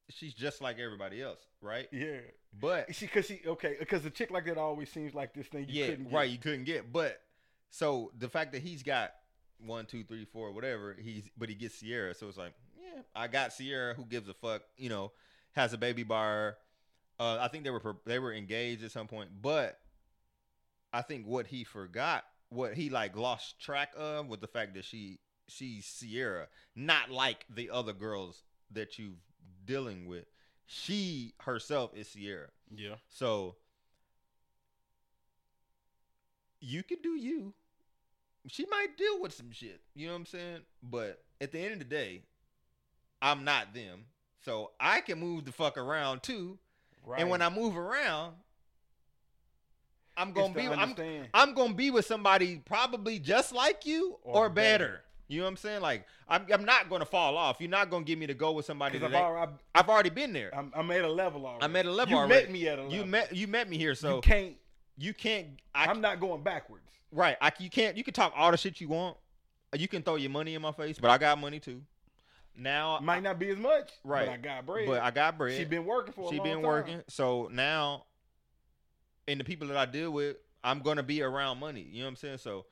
S2: she's just like everybody else, right?
S1: Yeah.
S2: But
S1: She cause she okay, because a chick like that always seems like this thing you
S2: yeah,
S1: couldn't get.
S2: right. You couldn't get, but so the fact that he's got one, two, three, four, whatever. He's but he gets Sierra, so it's like, yeah, I got Sierra. Who gives a fuck? You know, has a baby by her. Uh, I think they were pro- they were engaged at some point, but I think what he forgot, what he like lost track of, was the fact that she she's Sierra, not like the other girls that you've dealing with. She herself is Sierra.
S1: Yeah.
S2: So you can do you. She might deal with some shit. You know what I'm saying? But at the end of the day, I'm not them. So I can move the fuck around too.
S1: Right.
S2: And when I move around, I'm gonna be I'm
S1: understand.
S2: I'm gonna be with somebody probably just like you
S1: Or
S2: or,
S1: better.
S2: better. You know what I'm saying? Like I'm, I'm not gonna fall off. You're not gonna get me to go with somebody
S1: because
S2: that
S1: I've
S2: ain't-
S1: already,
S2: I've already been there.
S1: I'm, I'm at a level already.
S2: I'm at a level
S1: You met
S2: already.
S1: me at a level.
S2: You met you met me here, so
S1: you can't.
S2: you can't. I,
S1: I, am not going backwards.
S2: right. I, you can't. You can talk all the shit you want. You can throw your money in my face, but I got money too. Now,
S1: Might not be as much.
S2: Uh, Right.
S1: But I got bread.
S2: but I got bread.
S1: She been working for. a
S2: She
S1: long
S2: been
S1: time.
S2: working. So now, and the people that I deal with, I'm gonna be around money. You know what I'm saying? So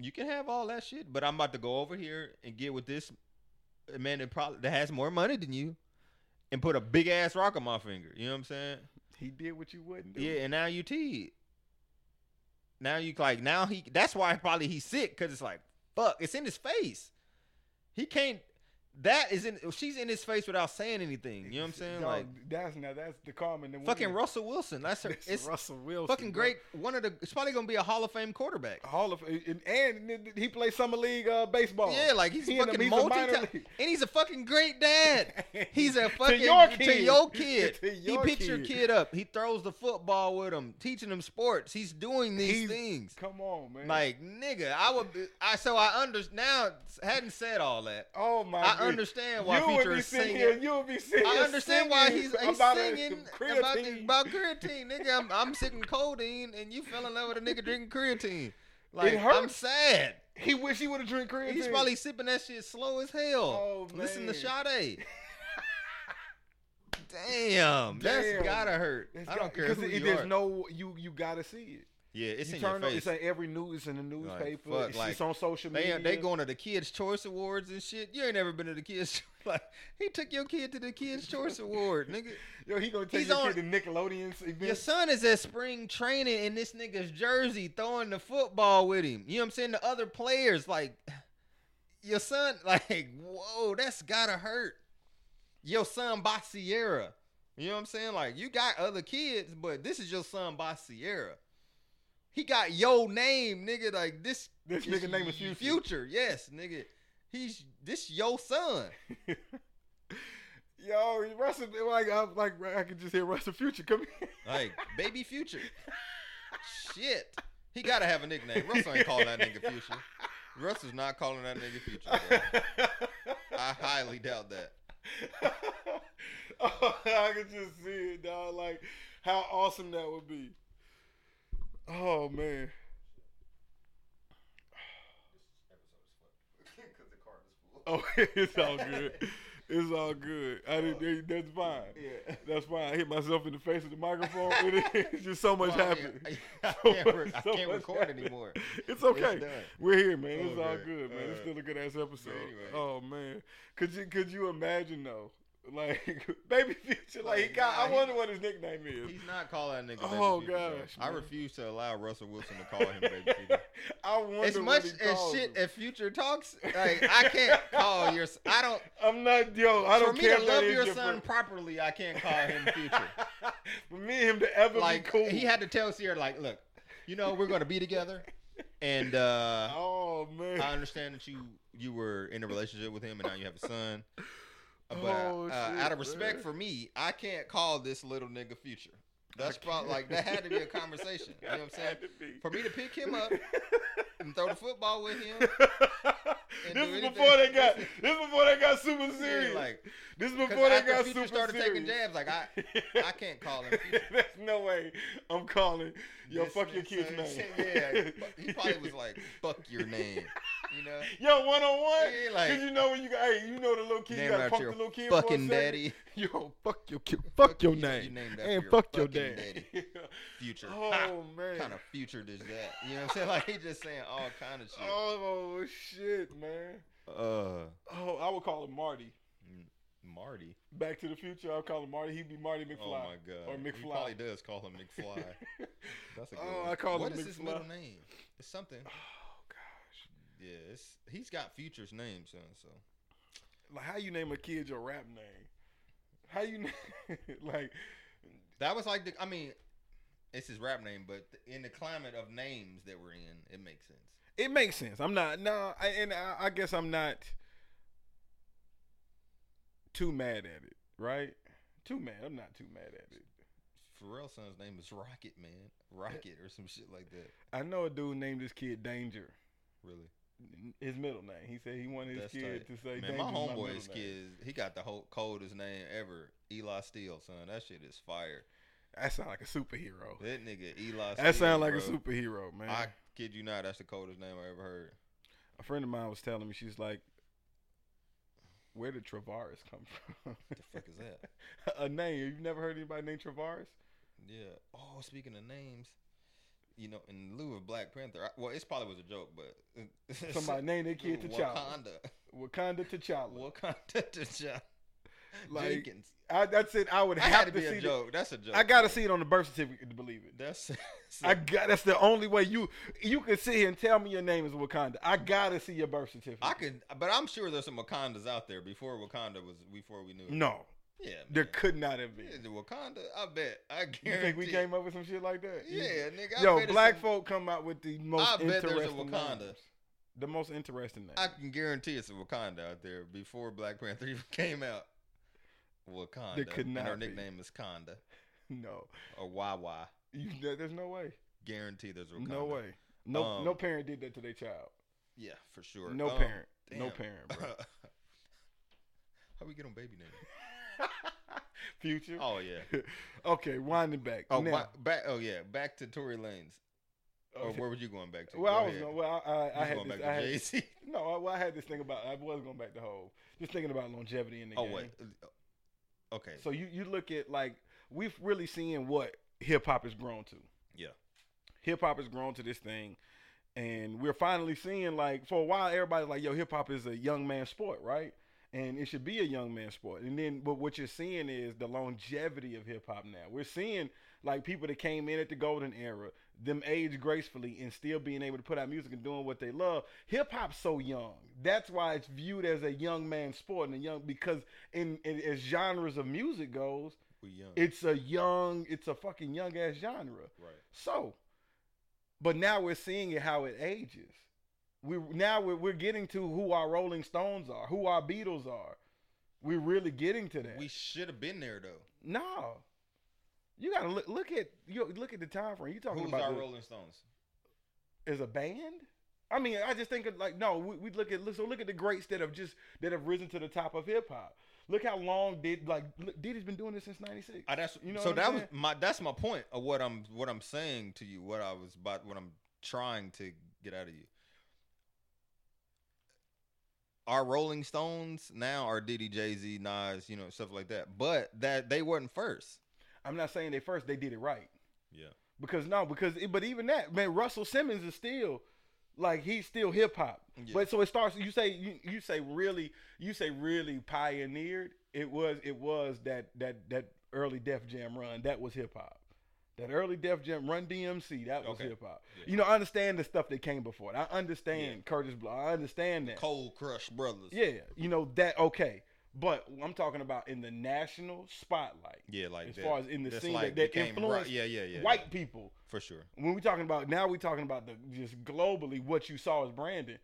S2: you can have all that shit, but I'm about to go over here and get with this man that probably that has more money than you, and put a big ass rock on my finger. You know what I'm saying?
S1: He did what you wouldn't do.
S2: Yeah, and now you teed. Now you like now he. That's why probably he's sick because it's like fuck. It's in his face. He can't. That is in. She's in his face without saying anything. You know what I'm saying?
S1: Dog,
S2: Like
S1: that's now that's the common. The
S2: fucking Russell Wilson. That's her, it's
S1: Russell Wilson.
S2: fucking
S1: bro.
S2: great. One of the. It's probably gonna be a Hall of Fame quarterback.
S1: Hall of and, and he played summer league uh, baseball.
S2: Yeah, like he's
S1: He in the-
S2: fucking
S1: he's a
S2: multi,
S1: minor
S2: and
S1: league.
S2: he's a fucking great dad. He's a
S1: To
S2: fucking
S1: your
S2: to
S1: kid.
S2: your kid.
S1: To your
S2: he picks your
S1: kid.
S2: kid up. He throws the football with him, teaching him sports. He's doing
S1: He's-
S2: these things.
S1: Come on, man.
S2: Like nigga, I would. Be, I so I under now hadn't said all that.
S1: oh my
S2: I
S1: goodness.
S2: understand why
S1: you
S2: Future
S1: would be
S2: is
S1: sitting
S2: singing.
S1: here. You would be sitting.
S2: I
S1: here
S2: understand why he's, he's
S1: about a
S2: singing
S1: creatine.
S2: about the- about creatine, nigga. I'm, I'm sitting codeine, and you fell in love with a nigga drinking creatine. Like I'm
S1: hurts.
S2: sad.
S1: He wish he would have drank creatine.
S2: He's probably sipping that shit slow as hell.
S1: Oh,
S2: Listen to
S1: man.
S2: Sade. Damn, that's
S1: Damn.
S2: gotta hurt.
S1: It's
S2: I
S1: got-
S2: don't care
S1: 'cause
S2: who
S1: it,
S2: you
S1: there's
S2: are.
S1: no you. You gotta see it.
S2: yeah, it's
S1: you
S2: in your
S1: turn on.
S2: face.
S1: It's in every news. It's in the
S2: Like,
S1: newspaper.
S2: fuck,
S1: it's,
S2: like,
S1: it's on social
S2: They
S1: media.
S2: they going to the Kids Choice Awards and shit. You ain't never been to the Kids like he took your kid to the Kids Choice Award, nigga.
S1: Yo, he gonna take
S2: He's
S1: your
S2: on-
S1: kid to Nickelodeon's event.
S2: Your son is at spring training in this nigga's jersey throwing the football with him. You know what I'm saying? The other players like your son like whoa, that's gotta hurt. Your son by Sierra. You know what I'm saying? Like you got other kids, but this is your son by Sierra. He got yo name, nigga. Like this
S1: This nigga name is Future.
S2: Future, yes, nigga. He's this your son.
S1: Yo, Russell, like I like I could just hear Russell Future come in.
S2: Like baby Future. Shit. He gotta have a nickname. Russell ain't calling that nigga Future. Russell's not calling that nigga Future. bro. I highly doubt that.
S1: oh, I could just see it, dog. Like how awesome that would be. Oh man. Oh, it's all good. It's all good. I didn't. they- That's fine.
S2: Uh, Yeah.
S1: That's fine. I hit myself in the face with the microphone. It is just so much
S2: Well, I mean,
S1: happened.
S2: I, I
S1: So
S2: can't, re-
S1: much-
S2: I
S1: so
S2: can't
S1: much
S2: record
S1: happened.
S2: anymore.
S1: It's okay.
S2: It's done.
S1: We're here, man. It's
S2: Okay.
S1: all good, man. it's
S2: Uh,
S1: still a good ass episode.
S2: anyway.
S1: Oh man, could you could you imagine though? Like baby future, like he
S2: Like,
S1: got.
S2: nah,
S1: I
S2: he-
S1: wonder what his nickname is.
S2: He's not calling that nigga baby
S1: Oh,
S2: Future, bro.
S1: gosh,
S2: I
S1: man.
S2: refuse to allow Russell Wilson to call him baby Future.
S1: I wonder
S2: As
S1: what
S2: much
S1: he
S2: as
S1: calls
S2: shit
S1: him.
S2: as Future talks, like I can't call your. s- I don't.
S1: I'm not yo. I don't
S2: for
S1: care.
S2: me to
S1: that
S2: love
S1: is
S2: your
S1: your
S2: son
S1: fir-
S2: properly, I can't call him Future.
S1: For me and him to ever
S2: like
S1: be cool.
S2: he had to tell Sierra, like, look, you know, we're gonna be together, and uh,
S1: Oh man.
S2: I understand that you you were in a relationship with him and now you have a son. But
S1: Oh,
S2: uh,
S1: shit,
S2: out of respect
S1: man.
S2: for me, I can't call this little nigga future. That's probably like that had to be a conversation. You know what I'm saying?
S1: Had to be.
S2: For me to pick him up and throw the football with him,
S1: this is
S2: do anything.
S1: before they got. This is before they got super
S2: yeah,
S1: serious.
S2: like
S1: this is
S2: 'cause
S1: before they
S2: after
S1: got
S2: future
S1: super
S2: started
S1: serious.
S2: taking jabs. Like I, I can't call him. Future.
S1: There's no way I'm calling. Yo,
S2: This
S1: fuck your
S2: nigga
S1: kid's name.
S2: said- Yeah, he probably was like, "Fuck your name," you know.
S1: Yo, one on one.
S2: Yeah, like-
S1: Cause you know when you got, hey, you know the little kid,
S2: Name
S1: you gotta
S2: after
S1: pump the
S2: your
S1: little kid. for a second.
S2: Fucking daddy.
S1: Yo, fuck your kid. Fuck, your
S2: you-
S1: name.
S2: you named after
S1: and
S2: your
S1: fuck your
S2: fucking
S1: daddy.
S2: Future.
S1: oh man.
S2: kind of future does that? You know what I'm saying? Like he just saying all kind of shit.
S1: Oh shit, man.
S2: Uh,
S1: Oh, I would call him Marty.
S2: Marty.
S1: Back to the Future. I'll call him Marty. He'd be Marty McFly.
S2: Oh my god.
S1: Or
S2: He
S1: McFly.
S2: probably does call him McFly. That's a good
S1: Oh,
S2: one.
S1: I call
S2: What
S1: him
S2: is his
S1: McFly.
S2: middle name? It's something.
S1: Oh gosh.
S2: Yeah, it's, he's got Future's name, son. So
S1: Like how you name a kid your rap name? How you name, like
S2: that was like the. I mean, it's his rap name, but in the climate of names that we're in, it makes sense.
S1: it makes sense. I'm not no, I, and I, I guess I'm not too mad at it, right? Too mad. I'm not too mad at it.
S2: Pharrell's son's name is Rocket Man, Rocket or some shit like that.
S1: I know a dude named his kid Danger.
S2: Really,
S1: His middle name. He said he wanted his
S2: That's
S1: kid to
S2: tight.
S1: say
S2: man,
S1: Danger's
S2: my
S1: my
S2: homeboy's
S1: middle name.
S2: kid, he got the whole coldest name ever, Eli Steele, son. That shit is fire.
S1: That sound like a superhero.
S2: That nigga Eli.
S1: That
S2: Steele,
S1: sound like a
S2: bro.
S1: superhero, man.
S2: I kid you not, that's the coldest name I ever heard.
S1: a friend of mine was telling me she's like, "Where did Travaris come from?"
S2: What the fuck is that?
S1: a name you've never heard anybody named Travaris?
S2: Yeah. Oh, speaking of names, you know, in lieu of Black Panther, I, well, it's probably was a joke, but
S1: Somebody named their kid T'Challa.
S2: Wakanda,
S1: Wakanda T'Challa.
S2: Wakanda T'Challa.
S1: Like,
S2: Jenkins.
S1: I, that's it. I would
S2: That
S1: have
S2: had
S1: to
S2: to be
S1: see.
S2: a
S1: the-
S2: joke. That's a joke.
S1: I gotta
S2: bro.
S1: see it on the birth certificate to believe it.
S2: That's.
S1: I got. That's the only way you you can sit here and tell me your name is Wakanda. I gotta see your birth certificate.
S2: I could, but I'm sure there's some Wakandas out there before Wakanda was before we knew. It.
S1: No,
S2: Yeah, man.
S1: there could not have been.
S2: Yeah, the Wakanda. I bet. I guarantee.
S1: You think we came up with some shit like that? You-
S2: Yeah, nigga. I bet
S1: Yo,
S2: it's
S1: black
S2: some-
S1: folk come out with the most
S2: I bet there's a
S1: interesting
S2: Wakanda.
S1: names. The most interesting name.
S2: I can guarantee it's a Wakanda out there before Black Panther even came out. Wakanda.
S1: There could
S2: and her
S1: not be.
S2: nickname is Conda
S1: no,
S2: or Wawa.
S1: you, there- there's no way.
S2: Guarantee there's a Wakanda.
S1: No way. No,
S2: Um,
S1: no parent did that to their child.
S2: Yeah, for sure.
S1: No
S2: Um,
S1: parent. No
S2: damn.
S1: parent, bro.
S2: we get on baby name?
S1: Future.
S2: Oh yeah.
S1: okay, winding back.
S2: Oh
S1: Now-
S2: why- back. Oh yeah. Back to Tory Lanes. Or
S1: okay.
S2: where were you going back to?
S1: Well,
S2: Go
S1: I was
S2: ahead.
S1: going. Well, I, I, I
S2: You
S1: had
S2: going
S1: this. I
S2: back to
S1: had,
S2: Jay-Z.
S1: no, I, well, I had this thing about. I was going back to whole. Just thinking about longevity in the
S2: Oh
S1: game.
S2: wait. Okay.
S1: So you you look at like we've really seeing what hip hop has grown to.
S2: Yeah.
S1: Hip hop has grown to this thing, and we're finally seeing like for a while everybody's like, "Yo, hip hop is a young man sport, right?" And it should be a young man sport. And then, but what you're seeing is the longevity of hip hop now. We're seeing like people that came in at the golden era, them age gracefully and still being able to put out music and doing what they love. Hip hop's so young. That's why it's viewed as a young man sport and a young because in, in as genres of music goes,
S2: we young.
S1: it's a young, it's a fucking young ass genre.
S2: right.
S1: So, but now we're seeing it how it ages. We now we're, we're getting to who our Rolling Stones are, who our Beatles are. We're really getting to that.
S2: We should have been there though.
S1: no, you gotta look look at you look at the time frame. You talking
S2: Who's
S1: about
S2: our
S1: the-
S2: Rolling Stones?
S1: as a band? I mean, I just think of like no, we, we look at so look at the greats that have just that have risen to the top of hip hop. Look how long did like look, Diddy's been doing this since '96.
S2: I, that's
S1: You know
S2: so
S1: what
S2: that
S1: I'm
S2: was
S1: saying?
S2: my that's my point of what I'm what I'm saying to you, what I was about what I'm trying to get out of you. Are Rolling Stones now are Diddy, Jay Z, Nas, you know stuff like that, but that they weren't first.
S1: I'm not saying they first; they did it right.
S2: Yeah,
S1: Because no, because it, but even that man, Russell Simmons is still like he's still hip hop.
S2: Yeah.
S1: But so it starts. You say you, you say really you say really pioneered. It was it was that that that early Def Jam run that was hip hop. That early Def Jam Run DMC that was
S2: Okay.
S1: hip hop.
S2: Yeah.
S1: You know, I understand the stuff that came before it. I understand Curtis Blow. I understand that.
S2: Cold Crush Brothers.
S1: Yeah, you know that okay. But I'm talking about in the national spotlight,
S2: yeah, like
S1: as
S2: that.
S1: far as in the
S2: That's
S1: scene that,
S2: like
S1: that
S2: became bri-
S1: influenced
S2: yeah, yeah, yeah,
S1: white
S2: yeah,
S1: people
S2: for sure.
S1: when we talking about now, we talking about the just globally what you saw as Brandon,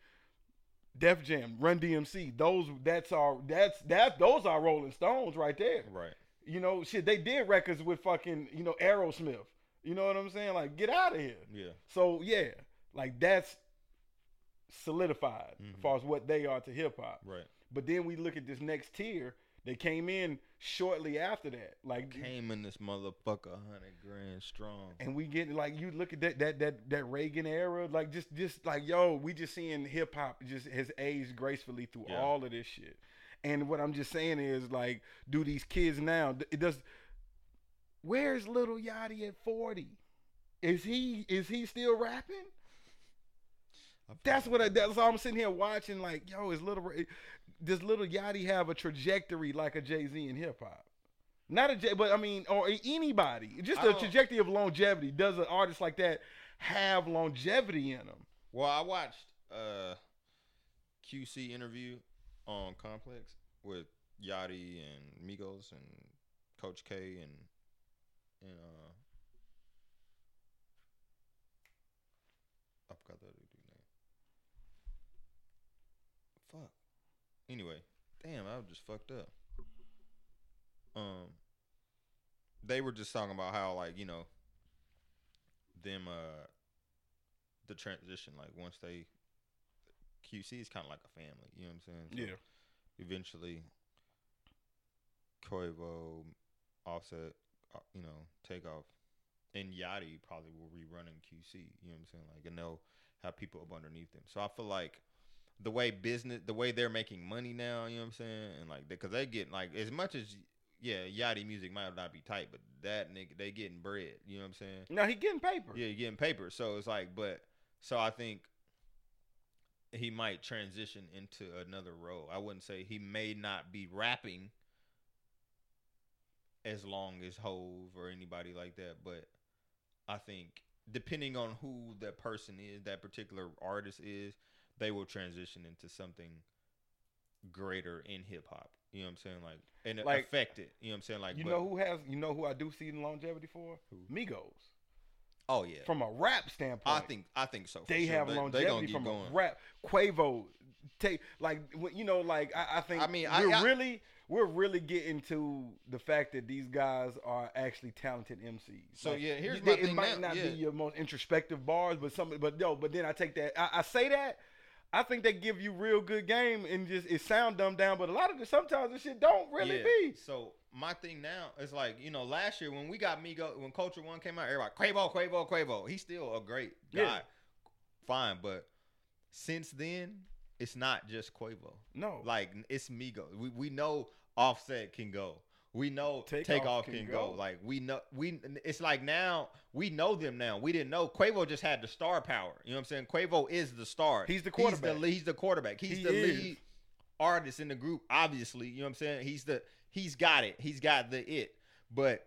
S1: Def Jam, Run DMC. Those that's our that's that those are Rolling Stones right there.
S2: Right.
S1: You know, shit, they did records with fucking you know Aerosmith. You know what I'm saying? Like, get out of here.
S2: Yeah.
S1: So yeah, like that's solidified
S2: Mhm.
S1: as far as what they are to hip hop.
S2: Right.
S1: But then we look at this next tier. They came in shortly after that. Like
S2: Came in this motherfucker hundred grand strong.
S1: and we get like you look at that that that that Reagan era, like just just like yo, we just seeing hip hop just has aged gracefully through
S2: Yeah.
S1: all of this shit. And what I'm just saying is like, do these kids now? d- It does. Where's little Yachty at 40? Is he is he still rapping? That's what I, that's all I'm sitting here watching. Like yo, is little Ra- does little Yachty have a trajectory like a Jay Z in hip hop? Not a J, but I mean, or a- anybody. Just
S2: I
S1: a
S2: don't-
S1: trajectory of longevity. Does an artist like that have longevity in them?
S2: Well, I watched uh QC interview on Complex with Yachty and Migos and Coach K and and uh I forgot the other dude's name. Fuck. Anyway, damn, I was just fucked up. Um they were just talking about how like, you know, them uh the transition. Like once they QC is kind of like a family. You know what I'm saying? So Eventually, Koivo, Offset, uh, you know, take off, and Yachty probably will be running QC. You know what I'm saying? Like and they'll have people up underneath them. So I feel like. The way business, the way they're making money now, you know what I'm saying, and like because they get like as much as yeah, Yachty music might not be tight, but that nigga they getting bread, you know what I'm saying.
S1: Now he getting paper.
S2: Yeah, you're getting paper. So it's like, but so I think he might transition into another role. I wouldn't say he may not be rapping as long as Hove or anybody like that, but I think depending on who that person is, that particular artist is, they will transition into something greater in hip hop. You know what I'm saying? Like and
S1: Like-
S2: affect it. You know what I'm saying? Like
S1: you
S2: but-
S1: know who has? You know who I do see in longevity for?
S2: Who?
S1: Migos.
S2: Oh yeah.
S1: From a rap standpoint,
S2: I think I think so. for
S1: they
S2: sure.
S1: have
S2: they, they gonna
S1: longevity
S2: keep
S1: from
S2: going.
S1: a rap. Quavo, take like wh- you know, like I, I think.
S2: I mean, I-
S1: we're
S2: I-
S1: really we're really getting to the fact that these guys are actually talented MCs.
S2: So
S1: Like,
S2: yeah, here's
S1: it-
S2: my
S1: it
S2: thing
S1: might
S2: now.
S1: not
S2: yeah.
S1: be your most introspective bars, but some, but no, but then I take that. I, I say that. I think they give you real good game and just it sound dumbed down, but a lot of the sometimes this shit don't really
S2: Yeah.
S1: be.
S2: So my thing now is like you know last year when we got Migo when Culture One came out, everybody Quavo, Quavo, Quavo. He's still a great guy,
S1: Yeah.
S2: fine, but since then it's not just Quavo.
S1: No,
S2: Like it's Migo. We we know Offset can go. We know
S1: Takeoff
S2: Takeoff,
S1: can
S2: can, go.
S1: go.
S2: Like we know we. It's like now we know them now. We didn't know Quavo just had the star power. You know what I'm saying? Quavo is the star.
S1: He's the
S2: He's
S1: quarterback.
S2: the, he's the quarterback. He's
S1: He
S2: the
S1: is.
S2: lead artist in the group. Obviously, you know what I'm saying? He's the he's got it. He's got the it. But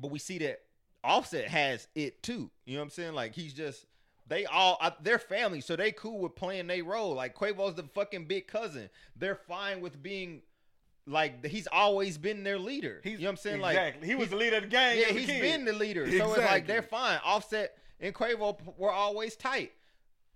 S2: but we see that Offset has it too. You know what I'm saying? Like he's just they all I- they're family, so they cool with playing their role. Like Quavo's the fucking big cousin. They're fine with being like he's always been their leader. you know what I'm saying? Like
S1: exactly. he was the leader of the game.
S2: yeah,
S1: as a
S2: he's
S1: kid.
S2: been the leader. So it's
S1: Exactly.
S2: like they're fine. Offset and Quavo p- were always tight.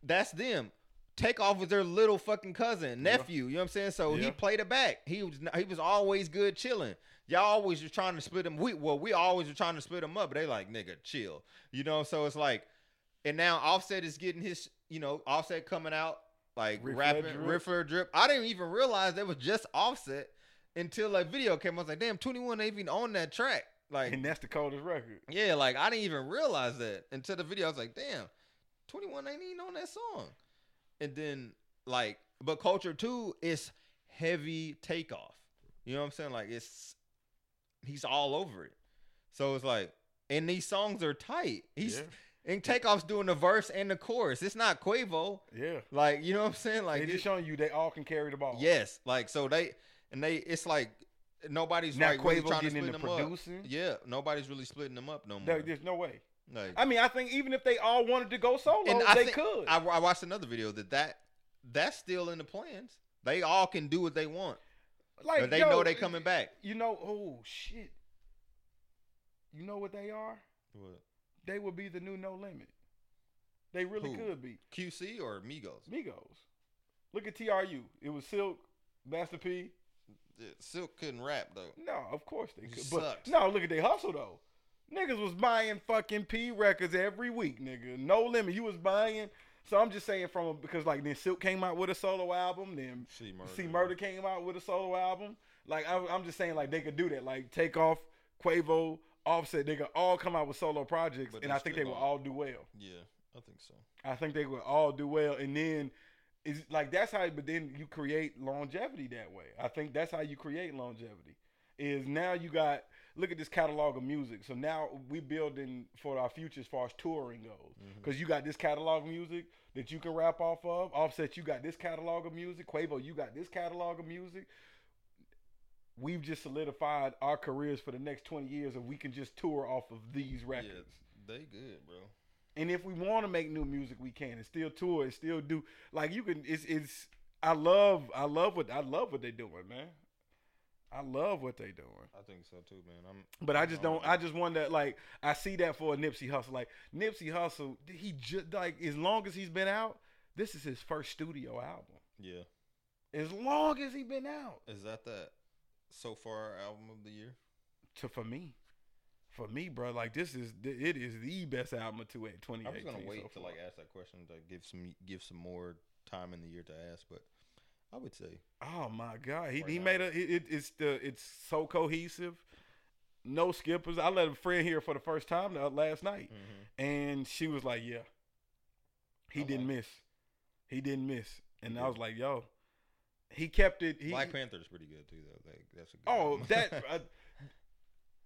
S2: That's them. Takeoff was their little fucking cousin,
S1: Yeah.
S2: nephew. You know what I'm saying? So
S1: Yeah.
S2: he played it back. He was he was always good chilling. Y'all always was trying to split him. We well, we always were trying to split him up, but they like, nigga, chill. You know, so it's like, and now Offset is getting his, you know, Offset coming out like
S1: Riff Flair
S2: rapping
S1: drip.
S2: riffler drip. I didn't even realize that was just Offset until that video came. I was like, damn, 21 ain't even on that track. Like
S1: and that's the coldest record.
S2: yeah, like I didn't even realize that until the video. I was like, damn, 21 ain't even on that song. And then like, but culture two is heavy takeoff. You know what I'm saying? Like it's he's all over it. So it's like, and these songs are tight. He's and takeoff's doing the verse and the chorus. It's not Quavo.
S1: yeah, yeah.
S2: Like, you know what I'm saying? Like
S1: they
S2: it-
S1: just showing you they all can carry the ball.
S2: Yes, like so they and they. It's like nobody's
S1: Now
S2: like really
S1: Quavo
S2: trying to
S1: getting
S2: split
S1: into
S2: them
S1: producing.
S2: up. Yeah, nobody's really splitting them up no more.
S1: There- there's no way.
S2: like,
S1: I mean, I think even if they all wanted to go solo,
S2: and
S1: they
S2: I think-
S1: could.
S2: I, I watched another video that that that's still in the plans. They all can do what they want,
S1: like
S2: but they
S1: yo,
S2: know they coming back.
S1: You know, oh shit. You know what they are? They would be the new No Limit. They really
S2: Who?
S1: could be
S2: QC or Migos,
S1: Migos. Look at TRU. It was Silk, Master P.
S2: Yeah, Silk couldn't rap though.
S1: No, of course they
S2: You
S1: could. But
S2: sucked.
S1: no, look at they hustle though. Niggas was buying fucking P records every week, nigga. No limit. You was buying. So I'm just saying from a, because like then Silk came out with a solo album, then
S2: See
S1: See Murder came out with a solo album. Like I, I'm just saying, like they could do that. Like take off Quavo, Offset, they could all come out with solo projects,
S2: But
S1: and
S2: they
S1: I think they will
S2: still gonna-
S1: all do well.
S2: Yeah, I think so.
S1: I think they will all do well, and then it's like that's how. But then you create longevity that way. I think that's how you create longevity. Is now you got look at this catalog of music. So now we building for our future as far as touring goes,
S2: Mm-hmm.
S1: because you got this catalog of music that you can rap off of. Offset, you got this catalog of music. Quavo, you got this catalog of music. We've just solidified our careers for the next twenty years, and we can just tour off of these records.
S2: they good, bro.
S1: And if we want to make new music, we can. And still tour and still do like you can. It's it's. I love I love what I love what they doing, man. I love what they doing.
S2: I think so too, man. I'm
S1: But I just don't. I just wonder. Like I see that for a Nipsey Hussle. Like Nipsey Hussle, he just like as long as he's been out, this is his first studio album.
S2: yeah.
S1: As long as he been out,
S2: Is that that so far album of the year?
S1: to for me, for me, bro. Like this is it is the best album of two eight twenty
S2: I was
S1: eighteen.
S2: gonna wait
S1: so
S2: to
S1: far.
S2: like ask that question to give some give some more time in the year to ask, but I would say
S1: Oh my god, he,
S2: Right
S1: he
S2: now.
S1: made a it, it- it's the it's so cohesive, no skippers. I let a friend hear it for the first time uh, last night, and she was like, "Yeah, he
S2: I like
S1: didn't miss, he didn't miss," and I
S2: did.
S1: was like, "Yo, he kept it." He,
S2: Black Panther's pretty good too, though. Like that's a good
S1: oh
S2: album.
S1: that uh,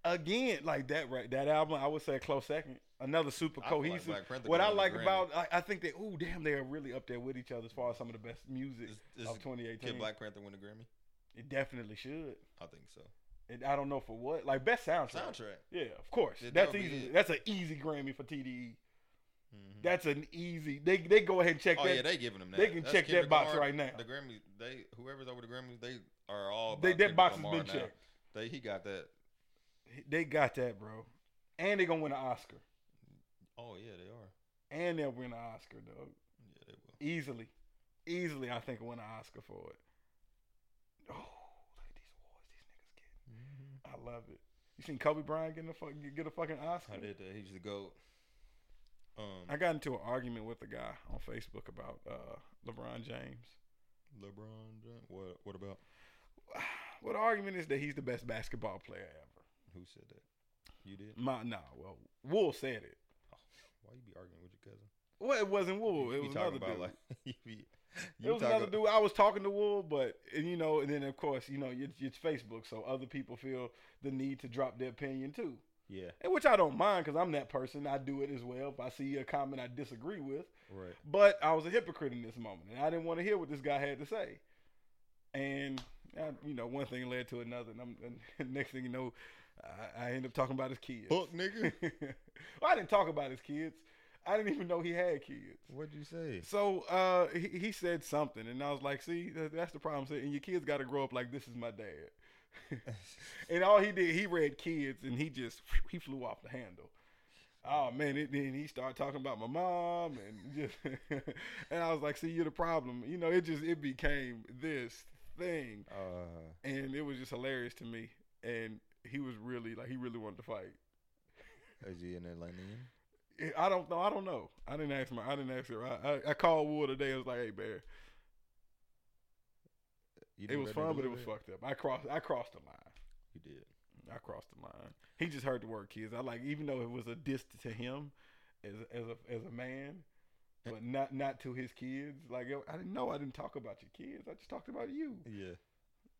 S1: again like that right that album I would say a close second, another super
S2: I feel like
S1: cohesive.
S2: Black Panther
S1: what
S2: could
S1: I
S2: win the
S1: like
S2: Grammy.
S1: about I, I think that oh damn they are really up there with each other as far as some of the best music
S2: Is- is-
S1: of 2018.
S2: can Black Panther win a Grammy?
S1: it definitely should.
S2: I think so.
S1: And I don't know for what. Like best soundtrack.
S2: Soundtrack.
S1: Yeah, of course.
S2: Yeah,
S1: that's
S2: that'll be
S1: easy.
S2: it.
S1: That's an easy Grammy for TDE.
S2: Mhm.
S1: That's an easy. They they go ahead and check
S2: oh
S1: that.
S2: yeah, they giving them that.
S1: they can check that
S2: Kendrick
S1: box
S2: Lamar.
S1: right now.
S2: The Grammys, they whoever's over the Grammys, they are all. About
S1: They- that
S2: Kendrick
S1: box has
S2: Lamar
S1: been
S2: now.
S1: checked.
S2: They he got that.
S1: They got that, bro. And they gonna win an Oscar.
S2: Oh yeah, they are.
S1: And they'll win an Oscar, dog.
S2: Yeah, they will.
S1: Easily, easily, I think win an Oscar for it. Oh, look at these awards these niggas get. Mm-hmm. I love it. You seen Kobe Bryant getting a fuck, get a fucking Oscar?
S2: I did that. He's the goat. Um,
S1: I got into an argument with a guy on Facebook about uh, LeBron James.
S2: LeBron. James. What? What about
S1: Well, the argument is that he's the best basketball player ever.
S2: who said that? You did.
S1: My, nah, well, Wool said it.
S2: Why you be arguing with your cousin?
S1: Well, it wasn't Wool.
S2: You
S1: It was
S2: talking
S1: another dude.
S2: like you be.
S1: it was another dude. I was talking to Wool, but and, you know, and then of course, you know, it's, it's Facebook, so other people feel the need to drop their opinion too,
S2: Yeah.
S1: and which I don't mind because I'm that person. I do it as well. If I see a comment I disagree with,
S2: Right.
S1: But I was a hypocrite in this moment, and I didn't want to hear what this guy had to say. And I, you know, one thing led to another, and, I'm, and next thing you know, I, I end up talking about his kids.
S2: Fuck, nigga.
S1: well, I didn't talk about his kids. I didn't even know he had kids.
S2: What'd you say?
S1: So uh, he, he said something, and I was like, "See, that, that's the problem. See, And your kids got to grow up like this is my dad." and all he did, he read kids, and he just he flew off the handle. Oh man! It, then he started talking about my mom, and just and I was like, "See, you're the problem." You know, it just it became this thing,
S2: Uh,
S1: and it was just hilarious to me. And he was really like, he really wanted to fight.
S2: is he an Atlantean?
S1: It- I don't know. I don't know. I didn't ask my. I didn't ask her. I, I, I called Wood today. I was like, "Hey, Bear,
S2: You
S1: it
S2: done
S1: was
S2: read that
S1: fun, but it
S2: little
S1: was
S2: bit?
S1: fucked up. I crossed. I crossed the line."
S2: You did.
S1: I crossed the line. He just heard the word kids. I like, even though it was a diss to him as as a as a man, but not not to his kids. Like, I didn't know. I didn't talk about your kids. I just talked about you.
S2: Yeah.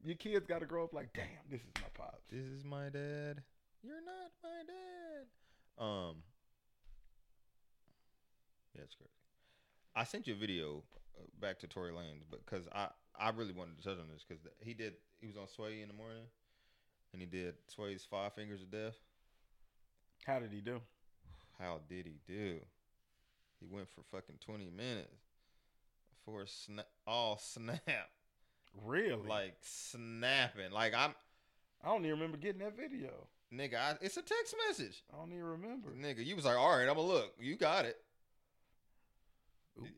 S1: Your kids got to grow up like, damn, this is my pops.
S2: This is my dad. You're not my dad. Um. Yeah, it's crazy. I sent you a video uh, back to Tory Lanez because I I really wanted to touch on this because he did he was on Sway in the morning and he did Sway's Five Fingers of Death.
S1: How did he do?
S2: How did he do? He went for fucking twenty minutes for a sna- all snap
S1: Really?
S2: like snapping like I'm
S1: I don't even remember getting that video.
S2: nigga I, it's a text message.
S1: I don't even remember.
S2: Nigga, you was like, all right, I'm gonna look. You got it.
S1: Oops.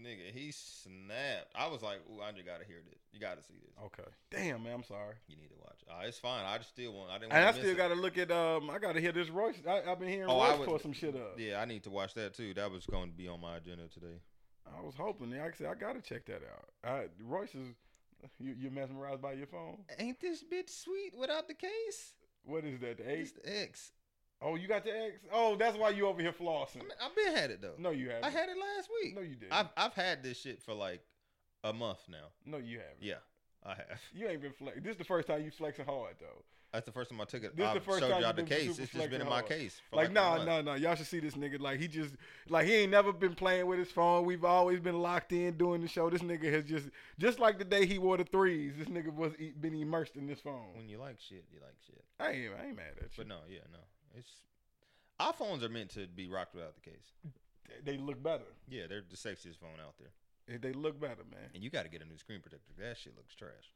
S2: Nigga, he snapped. I was like, ooh, I just gotta hear this. You gotta see this.
S1: Okay. Damn, man, I'm sorry.
S2: You need to watch it. Uh, it's fine. I just still want. I didn't.
S1: And I
S2: wanna miss
S1: still
S2: it.
S1: got to look at um. I got to hear this Royce. I, I've been hearing
S2: Oh, I
S1: Royce
S2: would-
S1: pour some shit up.
S2: Yeah, I need to watch that too. That was going to be on my agenda today.
S1: I was hoping. Like I said, I gotta check that out. I, Royce is you, you're mesmerized by your phone.
S2: Ain't this bitch sweet without the case?
S1: What is that? The
S2: It's
S1: eight?
S2: the X.
S1: Oh, you got the X. Oh, that's why you over here flossing.
S2: I mean, I've been had it though.
S1: No, you haven't.
S2: I had it last week.
S1: No, you didn't.
S2: I've I've had this shit for like a month now.
S1: no, you haven't.
S2: Yeah, I have.
S1: You ain't been flexing. This is the first time you flexing hard though.
S2: That's the first time I took it.
S1: This
S2: I
S1: the first
S2: showed
S1: time
S2: y'all
S1: you
S2: the
S1: been
S2: case.
S1: super
S2: It's just been in
S1: flexing
S2: my
S1: hard.
S2: case. For
S1: Like,
S2: a
S1: nah,
S2: month.
S1: nah, nah. Y'all should see this nigga. Like he just like he ain't never been playing with his phone. We've always been locked in doing the show. This nigga has just just like the day he wore the threes. This nigga was e- been immersed in this phone.
S2: When you like shit, you like shit.
S1: I ain't I ain't mad at you.
S2: But no, yeah, no. It's iPhones are meant to be rocked without the case.
S1: they look better.
S2: Yeah, they're the sexiest phone out there,
S1: They look better, man.
S2: and you got to get a new screen protector. That shit looks trash.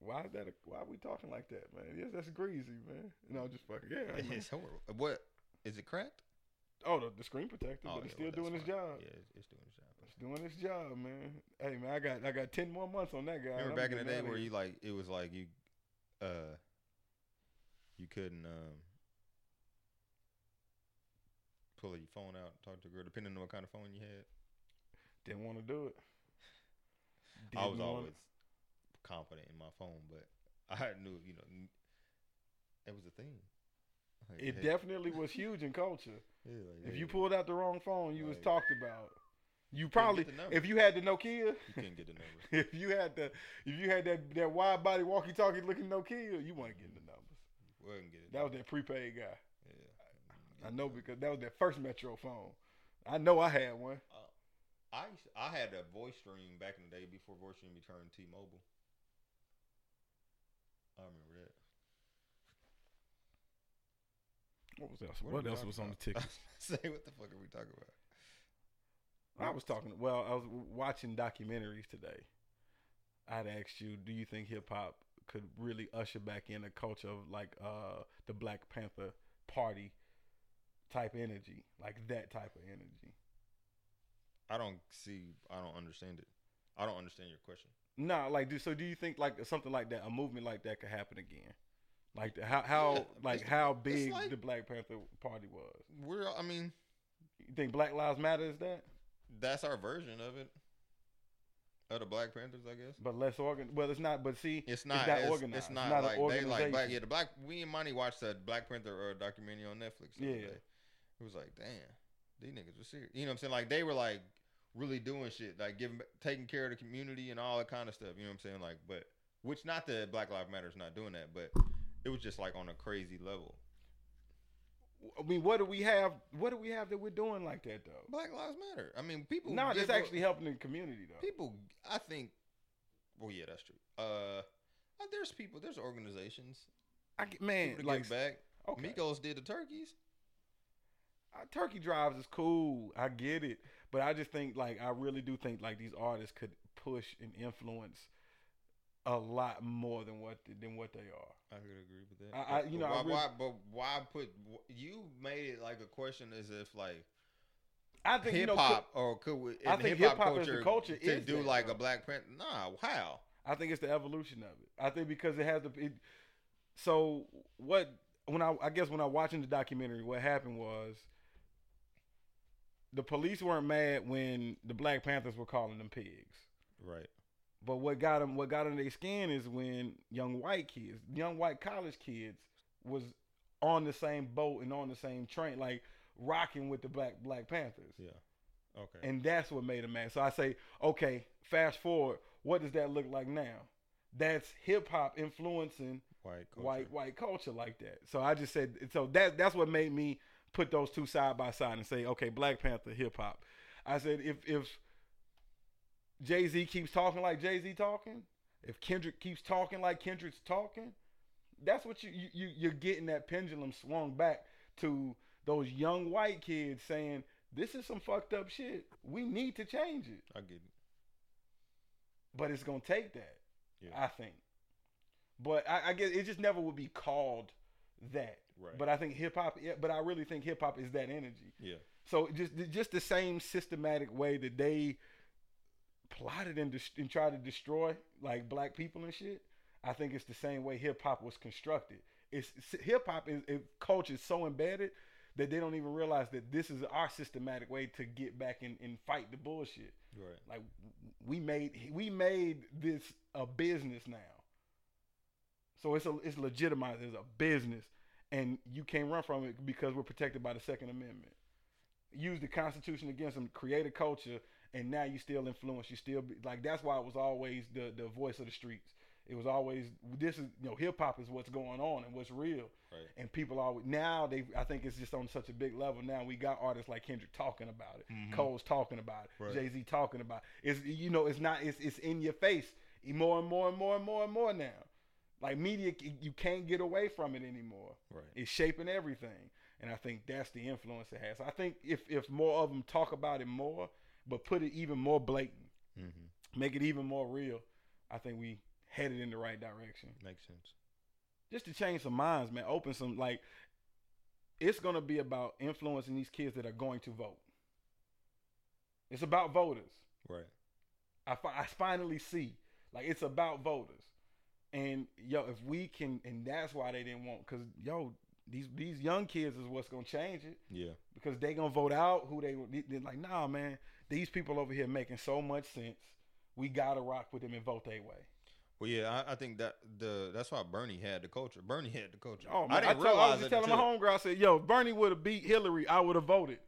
S1: Why is that? A, why are we talking like that, man? Yes, that's greasy, man. No, just fucking yeah. I mean-
S2: It's horrible. What is it cracked?
S1: oh, the, the screen protector, but it's
S2: yeah, well,
S1: still doing
S2: that's
S1: its
S2: fine.
S1: job.
S2: Yeah, it's, it's doing its job.
S1: It's doing its job, man. Hey, man, I got I got ten more months on that guy.
S2: Remember
S1: I'm
S2: back in the
S1: getting
S2: day
S1: outta
S2: where
S1: here.
S2: you like it was like you, uh, you couldn't um pull your phone out, and talk to a girl, depending on what kind of phone you had.
S1: didn't want to do it.
S2: I
S1: Didn't
S2: was
S1: wanna-
S2: always confident in my phone, but I knew, you know, n- it was a thing. Like,
S1: It
S2: hey,
S1: definitely was huge in culture.
S2: yeah, like,
S1: If
S2: hey,
S1: you pulled out the wrong phone, you was
S2: Right.
S1: talked about. You probably
S2: the number.
S1: if you had the Nokia,
S2: you couldn't get the number.
S1: if you had the if you had that that wide body walkie talkie looking Nokia, you weren't getting the numbers.
S2: Wasn't getting
S1: That was that prepaid guy.
S2: yeah.
S1: I know because that was that first Metro phone. I know I had one.
S2: I used I had a voice stream back in the day before voice stream returned T-Mobile. I remember that.
S1: What was
S2: What are we talking about? Say what the fuck are we talking about?
S1: I was talking. Well, I was watching documentaries today. I'd asked you, do you think hip hop could really usher back in a culture of like uh, the Black Panther Party type energy, like that type of energy?
S2: I don't see. I don't understand it. I don't understand your question.
S1: No, like, do, so do you think like something like that, a movement like that, could happen again? Like the- how how
S2: Yeah,
S1: like
S2: it's-
S1: how big
S2: like-
S1: the Black Panther Party was.
S2: We're I mean,
S1: You think Black Lives Matter is that?
S2: that's our version of it. Of the Black Panthers, I guess.
S1: But less organ. Well, it's not. But see,
S2: It's not. It's
S1: not
S2: it's,
S1: organized.
S2: It's not,
S1: not an
S2: like they like black.
S1: organization.
S2: Yeah, the black. We and Monty watched that Black Panther uh, documentary on Netflix. The
S1: Yeah.
S2: yeah, day. it was like, damn, these niggas were serious. You know what I'm saying? Like they were like really doing shit, like giving, taking care of the community and all that kind of stuff. You know what I'm saying? Like, but which not that Black Lives Matter is not doing that, but it was just like on a crazy level.
S1: I mean, what do we have? What do we have that we're doing like that though?
S2: Black Lives Matter. I mean, people.
S1: No,
S2: give
S1: it's
S2: up-
S1: actually helping the community though.
S2: people. I think. Well, yeah, that's true. Uh, there's people. There's organizations.
S1: I get- man,
S2: People to
S1: like
S2: give back.
S1: okay.
S2: Migos did the turkeys.
S1: Uh, turkey drives is cool. I get it, but I just think like I really do think like these artists could push and influence a lot more than what than what they are.
S2: I could agree with that.
S1: I- I-
S2: But-
S1: you
S2: but
S1: know, I
S2: why,
S1: really-
S2: why? But why put? wh- You made it like a question as if like
S1: I think you
S2: hip
S1: know,
S2: hop or could we,
S1: I
S2: if
S1: think
S2: hip hop
S1: hip-hop is the
S2: culture,
S1: culture
S2: to
S1: is
S2: do
S1: that,
S2: like
S1: though.
S2: a Black Panther? Nah, how?
S1: I think it's the evolution of it. I think because it has the. It, so what? When I I guess when I watching the documentary, what happened was the police weren't mad when the Black Panthers were calling them pigs.
S2: Right.
S1: But what got them what got under their skin is when young white kids, young white college kids, was on the same boat and on the same train, like rocking with the black Black Panthers.
S2: Yeah. Okay.
S1: And that's what made them mad. So I say, okay, fast forward, what does that look like now? That's hip hop influencing
S2: white
S1: white white culture like that. So I just said so that that's what made me put those two side by side and say, okay, Black Panther, hip hop. I said if if Jay Z keeps talking like Jay Z talking, if Kendrick keeps talking like Kendrick's talking, that's what you, you you you're getting that pendulum swung back to those young white kids saying this is some fucked up shit. We need to change it,
S2: I get it.
S1: but it's gonna take that.
S2: Yeah.
S1: I think. But I, I guess it just never would be called that.
S2: right.
S1: But I think hip hop. yeah, But I really think hip hop is that energy.
S2: yeah.
S1: So just just the same systematic way that they plotted and, dis- and tried to destroy like black people and shit. I think it's the same way hip hop was constructed. It's hip hop is it, culture is so embedded that they don't even realize that this is our systematic way to get back and, and fight the bullshit
S2: Right.
S1: like we made we made this a business now so it's a, it's legitimized as a business and you can't run from it because we're protected by the second amendment use the constitution against them create a culture and now you still influence you still be, like that's why it was always the the voice of the streets it was always this is you know hip hop is what's going on and what's real
S2: Right.
S1: and people are now they I think it's just on such a big level now we got artists like Kendrick talking about it
S2: Mhm.
S1: Cole's talking about it,
S2: Right.
S1: Jay Z talking about it. It's you know, it's not it's it's in your face E, more and more and more and more and more now. Like media, you can't get away from it anymore.
S2: Right.
S1: It's shaping everything, and I think that's the influence it has. I think if if more of them talk about it more, but put it even more blatant,
S2: Mm-hmm.
S1: make it even more real, I think we headed in the right direction
S2: Makes sense.
S1: just to change some minds, man. Open some like it's gonna be about influencing these kids that are going to vote. It's about voters.
S2: Right.
S1: I, fi- I finally see like it's about voters, and yo, if we can, and that's why they didn't want because yo, these these young kids is what's gonna change it
S2: Yeah.
S1: because they gonna vote out who they they like. Nah, man, these people over here making so much sense. We gotta rock with them and vote their way.
S2: Well, yeah, I, I think that the that's why Bernie had the culture. Bernie had the culture.
S1: Oh man, I,
S2: didn't
S1: told, I was
S2: realize
S1: just
S2: it
S1: telling my
S2: until-
S1: homegirl, I said, "Yo, if Bernie would have beat Hillary, I would have voted."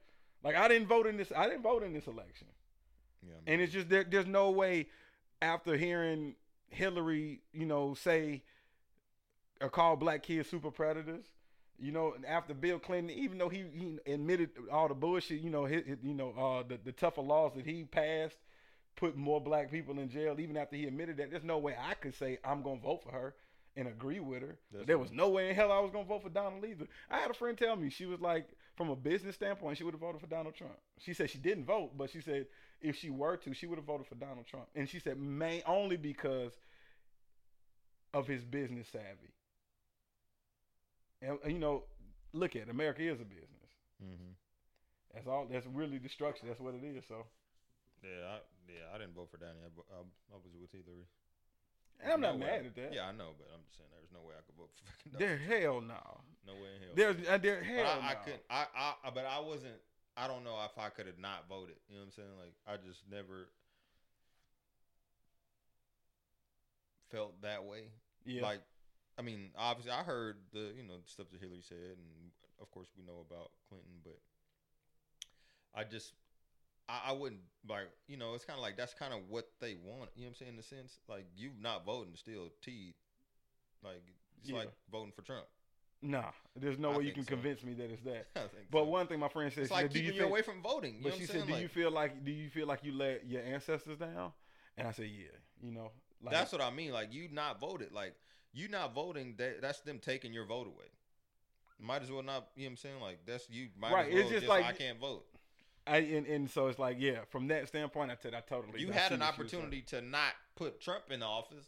S1: Like I didn't vote in this. I didn't vote in this election,
S2: Yeah, I mean,
S1: and it's just there, there's no way after hearing Hillary, you know, say or call black kids super predators. You know, and after Bill Clinton, even though he, he admitted all the bullshit, you know, his, his- you know, uh, the, the tougher laws that he passed put more black people in jail. Even after he admitted that, there's no way I could say I'm gonna vote for her and agree with her.
S2: That's
S1: there
S2: right.
S1: was no way in hell I was gonna vote for Donald either. I had a friend tell me she was like, from a business standpoint, she would have voted for Donald Trump. She said she didn't vote, but she said if she were to, she would have voted for Donald Trump. And she said may only because of his business savvy. And and, you know, look at it, America is a business.
S2: Mhm.
S1: That's all. That's really the structure. That's what it is. So
S2: Yeah, I, yeah, I didn't vote for Donnie. I, vo- I, I was with Hillary.
S1: And I'm
S2: No
S1: not
S2: way.
S1: mad at that.
S2: Yeah, I know, but I'm just saying there's no way I could vote for fucking
S1: There,
S2: Donald.
S1: hell no.
S2: No way in hell.
S1: There's, uh, there,
S2: But
S1: hell
S2: I, I
S1: no.
S2: couldn't. I, I, I- but I wasn't. I don't know if I could have not voted. You know what I'm saying? Like I just never felt that way.
S1: Yeah.
S2: Like, I mean, obviously, I heard the you know the stuff that Hillary said, and of course we know about Clinton, but I just. I, I wouldn't like you know it's kind of like that's kind of what they want you know what I'm saying in a sense like you not voting still T like it's
S1: Yeah.
S2: like voting for Trump
S1: nah. There's no
S2: I
S1: way you
S2: think
S1: can
S2: so.
S1: convince me that it's that.
S2: I think
S1: But
S2: so.
S1: one thing my friend said,
S2: It's
S1: she
S2: like
S1: said, do
S2: keeping
S1: you
S2: you,
S1: think,
S2: away from voting. You know
S1: but
S2: what
S1: she
S2: I'm
S1: said,
S2: saying?
S1: do
S2: Like,
S1: you feel like, do you feel like you let your ancestors down? And I said, yeah. You know, like
S2: that's what I mean. Like you not voted. Like you not voting. That, that's them taking your vote away. Might as well not. You know what I'm saying? Like that's you. Might
S1: Right,
S2: As
S1: it's
S2: well
S1: just like-
S2: I can't vote.
S1: I and, and so it's like, yeah. From that standpoint, I said, I totally.
S2: You
S1: I
S2: had
S1: see
S2: an
S1: what she was saying.
S2: opportunity to not put Trump in the office.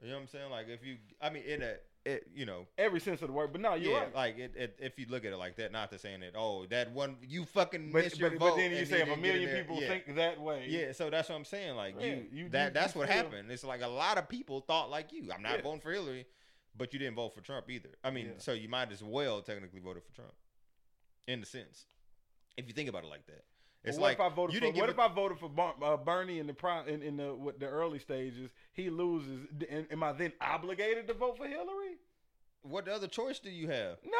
S2: You know what I'm saying? Like if you, I mean, in a, it, you know,
S1: every sense of the word. But no, you're
S2: yeah,
S1: right.
S2: like it, it, if you look at it like that, not to saying that, oh, that one, you fucking
S1: But,
S2: missed your
S1: but,
S2: vote.
S1: but then you
S2: and
S1: say if a
S2: didn't get in
S1: million
S2: there.
S1: people
S2: Yeah.
S1: think that way,
S2: Yeah, so that's what I'm saying. Like
S1: Yeah,
S2: you,
S1: you-
S2: that
S1: you-
S2: that's
S1: you
S2: what
S1: feel-
S2: happened. It's like a lot of people thought like you. I'm not
S1: Yeah.
S2: voting for Hillary, but you didn't vote for Trump either. I mean,
S1: Yeah.
S2: so you might as well technically voted for Trump, in the sense, if you think about it like that.
S1: But
S2: It's
S1: what
S2: like
S1: if I voted
S2: you
S1: for,
S2: didn't
S1: what
S2: give
S1: if I voted for Bar- uh, Bernie in the pri- in, in the what, the early stages? He loses. D- and, am I then obligated to vote for Hillary?
S2: a- what other choice do you have?
S1: No,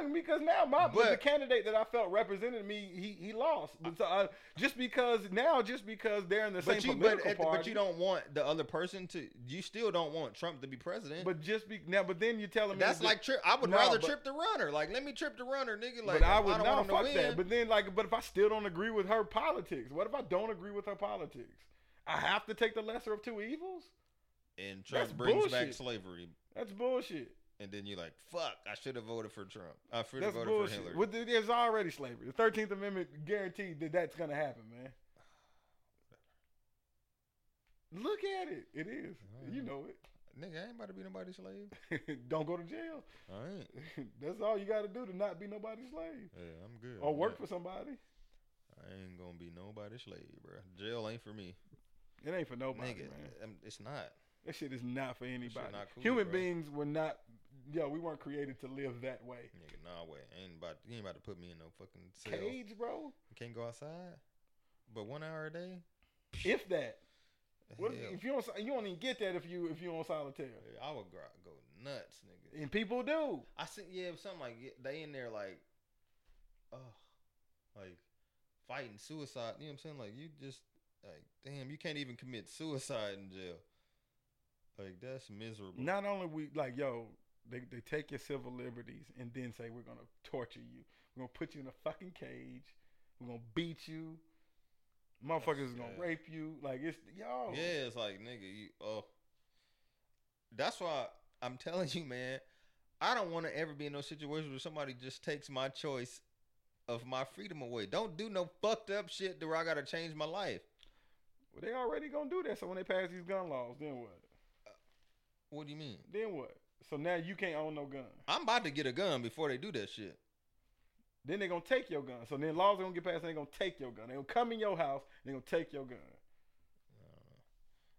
S1: none. Because now my
S2: But-
S1: the candidate that I felt represented me, he he lost. But so I, just because now, just because they're in the
S2: But
S1: same
S2: you, but,
S1: political
S2: at the-
S1: party,
S2: but you don't want the other person to. You still don't want Trump to be president.
S1: But just be now. But then you're telling me
S2: that's
S1: that-
S2: like trip. I would
S1: No,
S2: rather
S1: but-
S2: trip the runner. Like let me trip the runner, nigga. Like
S1: but I
S2: if
S1: would
S2: don't
S1: not
S2: want him to
S1: fuck
S2: win-
S1: that. But then, like, but if I still don't agree with her politics, what if I don't agree with her politics? I have to take the lesser of two evils.
S2: and Trump
S1: that's
S2: brings back
S1: bullshit.
S2: slavery.
S1: That's bullshit.
S2: and then you're like, "Fuck, I should have voted for Trump. I should have
S1: That's
S2: voted for
S1: bullshit.
S2: Hillary."
S1: Well, there- there's already slavery. The Thirteenth Amendment guaranteed that that's gonna happen, man. Look at it. It is. You
S2: Mm.
S1: know
S2: Nigga, I ain't about to be nobody's slave.
S1: it. don't go to jail.
S2: I ain't.
S1: that's all you got to do to not be nobody's slave
S2: Yeah, I'm good.
S1: or
S2: I'm
S1: Oh, work
S2: not-
S1: for somebody.
S2: I ain't gonna be nobody's slave, bro. Jail ain't for me,
S1: It ain't for nobody,
S2: nigga.
S1: man.
S2: um, It's not.
S1: That shit is not for anybody.
S2: not cool,
S1: Human
S2: bro.
S1: beings were not. Yo, we weren't created to live that way.
S2: Nigga, nah way. Ain't about. You ain't about to put me in no fucking cell.
S1: Cage, bro.
S2: Can't go outside. But one hour a day.
S1: If that. What
S2: Hell.
S1: if, if you don't? You don't even get that if you if you on solitaire.
S2: I would go, go nuts, nigga.
S1: And people do.
S2: I see. Yeah, it was something like yeah, they in there like, oh, like fighting suicide. You know what I'm saying? Like you just like damn, you can't even commit suicide in jail. Like that's miserable.
S1: Not only we like yo, they they take your civil liberties and then say we're gonna torture you. We're gonna put you in a fucking cage. We're gonna beat you. Motherfuckers is gonna
S2: sad.
S1: rape you. Like it's yo.
S2: Yeah, it's like nigga, you oh. That's why I'm telling you, man. I don't want to ever be in no situation where somebody just takes my choice of my freedom away. Don't do no fucked up shit to where I gotta change my life.
S1: Well, they already gonna do that. So when they pass these gun laws, then what?
S2: What do you mean?
S1: Then what? So now you can't own no gun.
S2: I'm about to get a gun before they do that shit.
S1: Then they gonna take your gun. So then laws are gonna get passed. They gonna take your gun. They gonna come in your house. They gonna take your gun.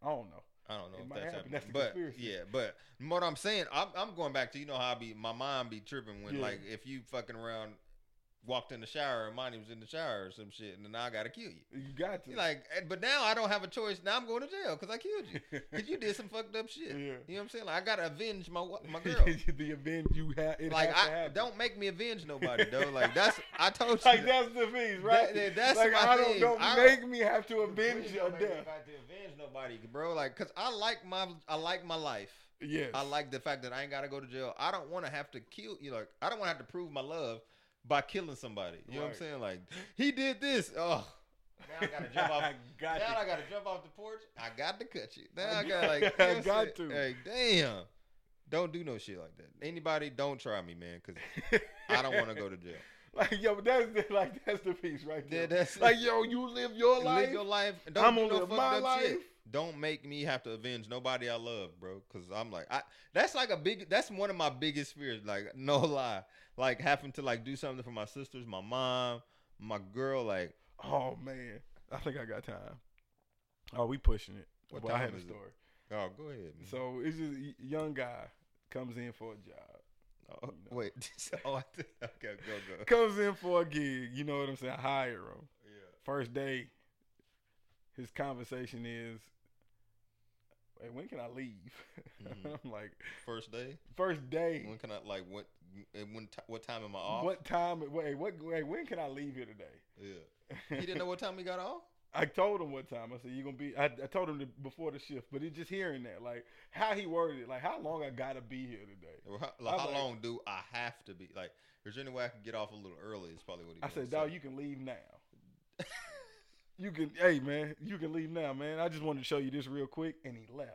S1: I don't know.
S2: I don't know
S1: It
S2: if
S1: might
S2: that's
S1: happen.
S2: happening,
S1: That's the
S2: but
S1: conspiracy.
S2: yeah, but what I'm saying, I'm, I'm going back to you know how I be my mind be tripping when
S1: Yeah.
S2: like if you fucking around walked in the shower and mine was in the shower or some shit, and then I gotta kill you.
S1: You got to
S2: You're like, eh, but now I don't have a choice. Now I'm going to jail because I killed you because you did some fucked up shit.
S1: Yeah.
S2: You know what I'm saying? Like I gotta avenge my wa- my girl.
S1: the event you have. It
S2: like
S1: has to
S2: I
S1: happen.
S2: don't make me avenge nobody though. Like that's I told you.
S1: like that's the piece, right?
S2: That- that's
S1: like
S2: my
S1: I don't
S2: thing.
S1: don't
S2: I don't-
S1: make me have to avenge
S2: Please
S1: your
S2: don't make me
S1: death.
S2: about to avenge nobody, bro. Like, cause I like my I like my life.
S1: Yes,
S2: I like the fact that I ain't gotta go to jail. I don't want to have to kill you. Like I don't want to have to prove my love by killing somebody. You know what I'm
S1: Right.
S2: saying? Like he did this. Oh, now I gotta jump off.
S1: got
S2: now I
S1: you.
S2: gotta jump off the porch. I got to cut you. Now
S1: I
S2: I,
S1: got-
S2: gotta like. you know
S1: I
S2: what I'm
S1: got
S2: saying?
S1: to.
S2: Like damn, don't do no shit like that. Anybody, don't try me, man, because I don't want to go to jail.
S1: Like yo, but that's the, like that's the piece right
S2: Yeah,
S1: there.
S2: that's
S1: like yo, you live your life.
S2: live your life. and Don't
S1: I'm
S2: do
S1: gonna
S2: no
S1: live
S2: fucked
S1: my
S2: up shit.
S1: life.
S2: Don't make me have to avenge nobody I love, bro. Cause I'm like, I that's like a big. That's one of my biggest fears. Like, no lie, like having to like do something for my sisters, my mom, my girl. Like,
S1: oh man, I think I got time. Oh, we pushing it.
S2: What
S1: Well, I
S2: time
S1: had a
S2: is it?
S1: story.
S2: Oh, go ahead. Man.
S1: So it's just a young guy comes in for a job.
S2: oh,
S1: you know.
S2: wait. oh, I did, okay, go go.
S1: Comes in for a gig. You know what I'm saying? Hire him.
S2: Yeah.
S1: First day, his conversation is, "Hey, when can I leave?"
S2: Mhm.
S1: I'm like,
S2: First day.
S1: first day.
S2: When can I like what? And when? T- what time am I off?
S1: What time? Wait, what? Wait, when can I leave here today?
S2: Yeah. He didn't know what time he got off.
S1: I told him what time. I said you're gonna be. I, I told him the, before the shift, but it just hearing that, like how he worded it, like how long I gotta be here today.
S2: Or how, like,
S1: I'm
S2: how
S1: like-
S2: long do I have to be? Like, is there any way I could get off a little early? Is probably what he.
S1: I
S2: wanted
S1: said,
S2: to
S1: dog,
S2: say.
S1: you can leave now. you can, hey man, you can leave now, man. I just wanted to show you this real quick, and he left.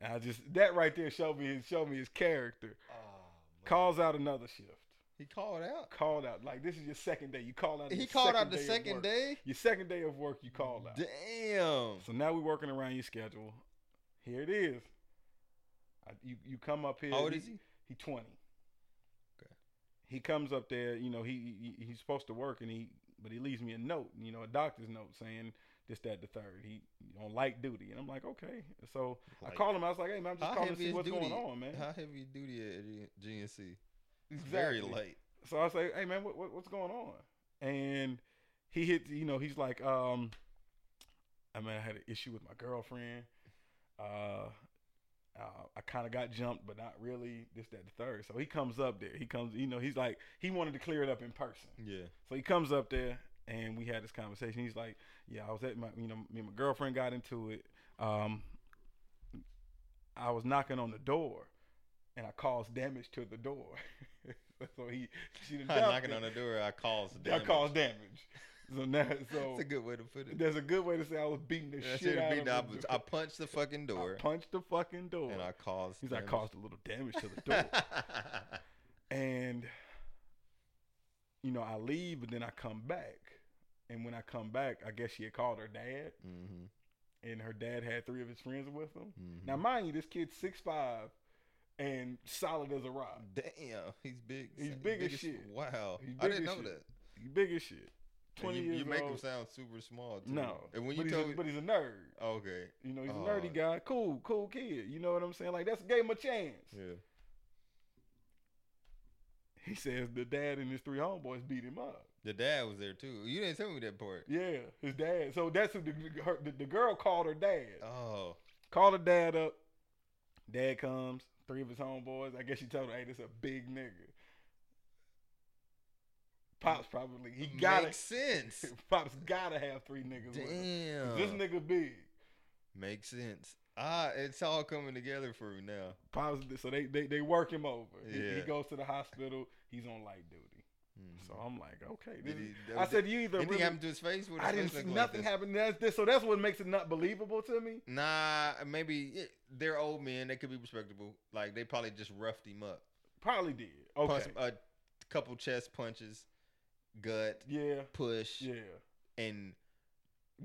S1: And I just that right there showed me his showed me his character.
S2: Oh, man.
S1: Calls out another shift.
S2: He called out.
S1: Called out like this is your second day. You called out.
S2: He
S1: your
S2: called out the
S1: of
S2: second
S1: work.
S2: day.
S1: Your second day of work, you called out.
S2: Damn.
S1: So now we're working around your schedule. Here it is. I, you you come up here.
S2: How old is he?
S1: He twenty.
S2: Okay.
S1: He comes up there. You know he, he he's supposed to work, and he but he leaves me a note. You know a doctor's note saying this, that, the third. He on light duty, and I'm like, okay. So I
S2: Like,
S1: call him. I was like, hey man, I'm just
S2: how
S1: calling to
S2: heavy
S1: see
S2: is
S1: what's
S2: duty?
S1: going on, man.
S2: How heavy duty at GNC? It's
S1: Exactly.
S2: very late.
S1: So I say, hey man, what, what what's going on? And he hit, you know, he's like, um, I mean, I had an issue with my girlfriend. Uh, uh I kind of got jumped, but not really. This, that, the third. So he comes up there. He comes, you know, he's like, he wanted to clear it up in person.
S2: Yeah.
S1: So he comes up there and we had this conversation. He's like, "Yeah, I was at my, you know, me and my girlfriend got into it. Um, I was knocking on the door, and I caused damage to the door. so he, she done
S2: I'm
S1: dumped
S2: knocking
S1: it.
S2: on the door. I calls.
S1: I caused damage. So now, so
S2: That's a good way to put it.
S1: there's a good way to say I was beating the
S2: I
S1: shit
S2: should've
S1: out
S2: beat
S1: of
S2: the
S1: the
S2: opposite.
S1: door.
S2: I punched the fucking door
S1: I punched the fucking door.
S2: and I caused.
S1: He's like, I
S2: damage.
S1: caused a little damage to the door. and you know, I leave, but then I come back. And when I come back, I guess she had called her dad,
S2: Mhm,
S1: and her dad had three of his friends with him.
S2: mhm.
S1: Now, mind you, this kid's six five and solid as a rock.
S2: damn, he's big.
S1: He's
S2: sa-
S1: big as shit.
S2: Wow,
S1: He's
S2: I
S1: big
S2: didn't know
S1: as shit.
S2: that.
S1: He big as shit.
S2: And
S1: Twenty
S2: you,
S1: years
S2: you make
S1: old.
S2: him sound super small. Too.
S1: no,
S2: and when
S1: but,
S2: you
S1: he's
S2: told,
S1: a,
S2: me,
S1: but he's a nerd.
S2: okay,
S1: You know, he's
S2: Oh.
S1: a nerdy guy. Cool, cool kid. You know what I'm saying? Like that's gave him a chance.
S2: yeah,
S1: He says the dad and his three homeboys beat him up.
S2: the dad was there too. You didn't tell me that part.
S1: Yeah, his dad. So that's who the, her, the, the girl called her dad.
S2: Oh,
S1: Called her dad up. Dad comes. Three of his homeboys. I guess she told her, "Hey, this a big nigga." Pops probably he got
S2: makes
S1: to
S2: sense.
S1: Pops gotta have three niggas. with him.
S2: damn,
S1: This nigga big.
S2: makes sense. Ah, it's all coming together for me now.
S1: Pops. So they they, they work him over. He- He,
S2: Yeah.
S1: goes to the hospital. He's on light duty.
S2: Mhm.
S1: So I'm like, okay. this
S2: Did
S1: is-
S2: he-
S1: I said you either.
S2: anything
S1: Really,
S2: happened to his face? What
S1: I didn't see
S2: see
S1: nothing happened. That's this. So that's what makes it not believable to me.
S2: Nah, maybe yeah, they're old men. They could be respectable. Like they probably just roughed him up.
S1: Probably did. Okay.
S2: Punched a couple chest punches, gut
S1: yeah.
S2: push,
S1: Yeah.
S2: and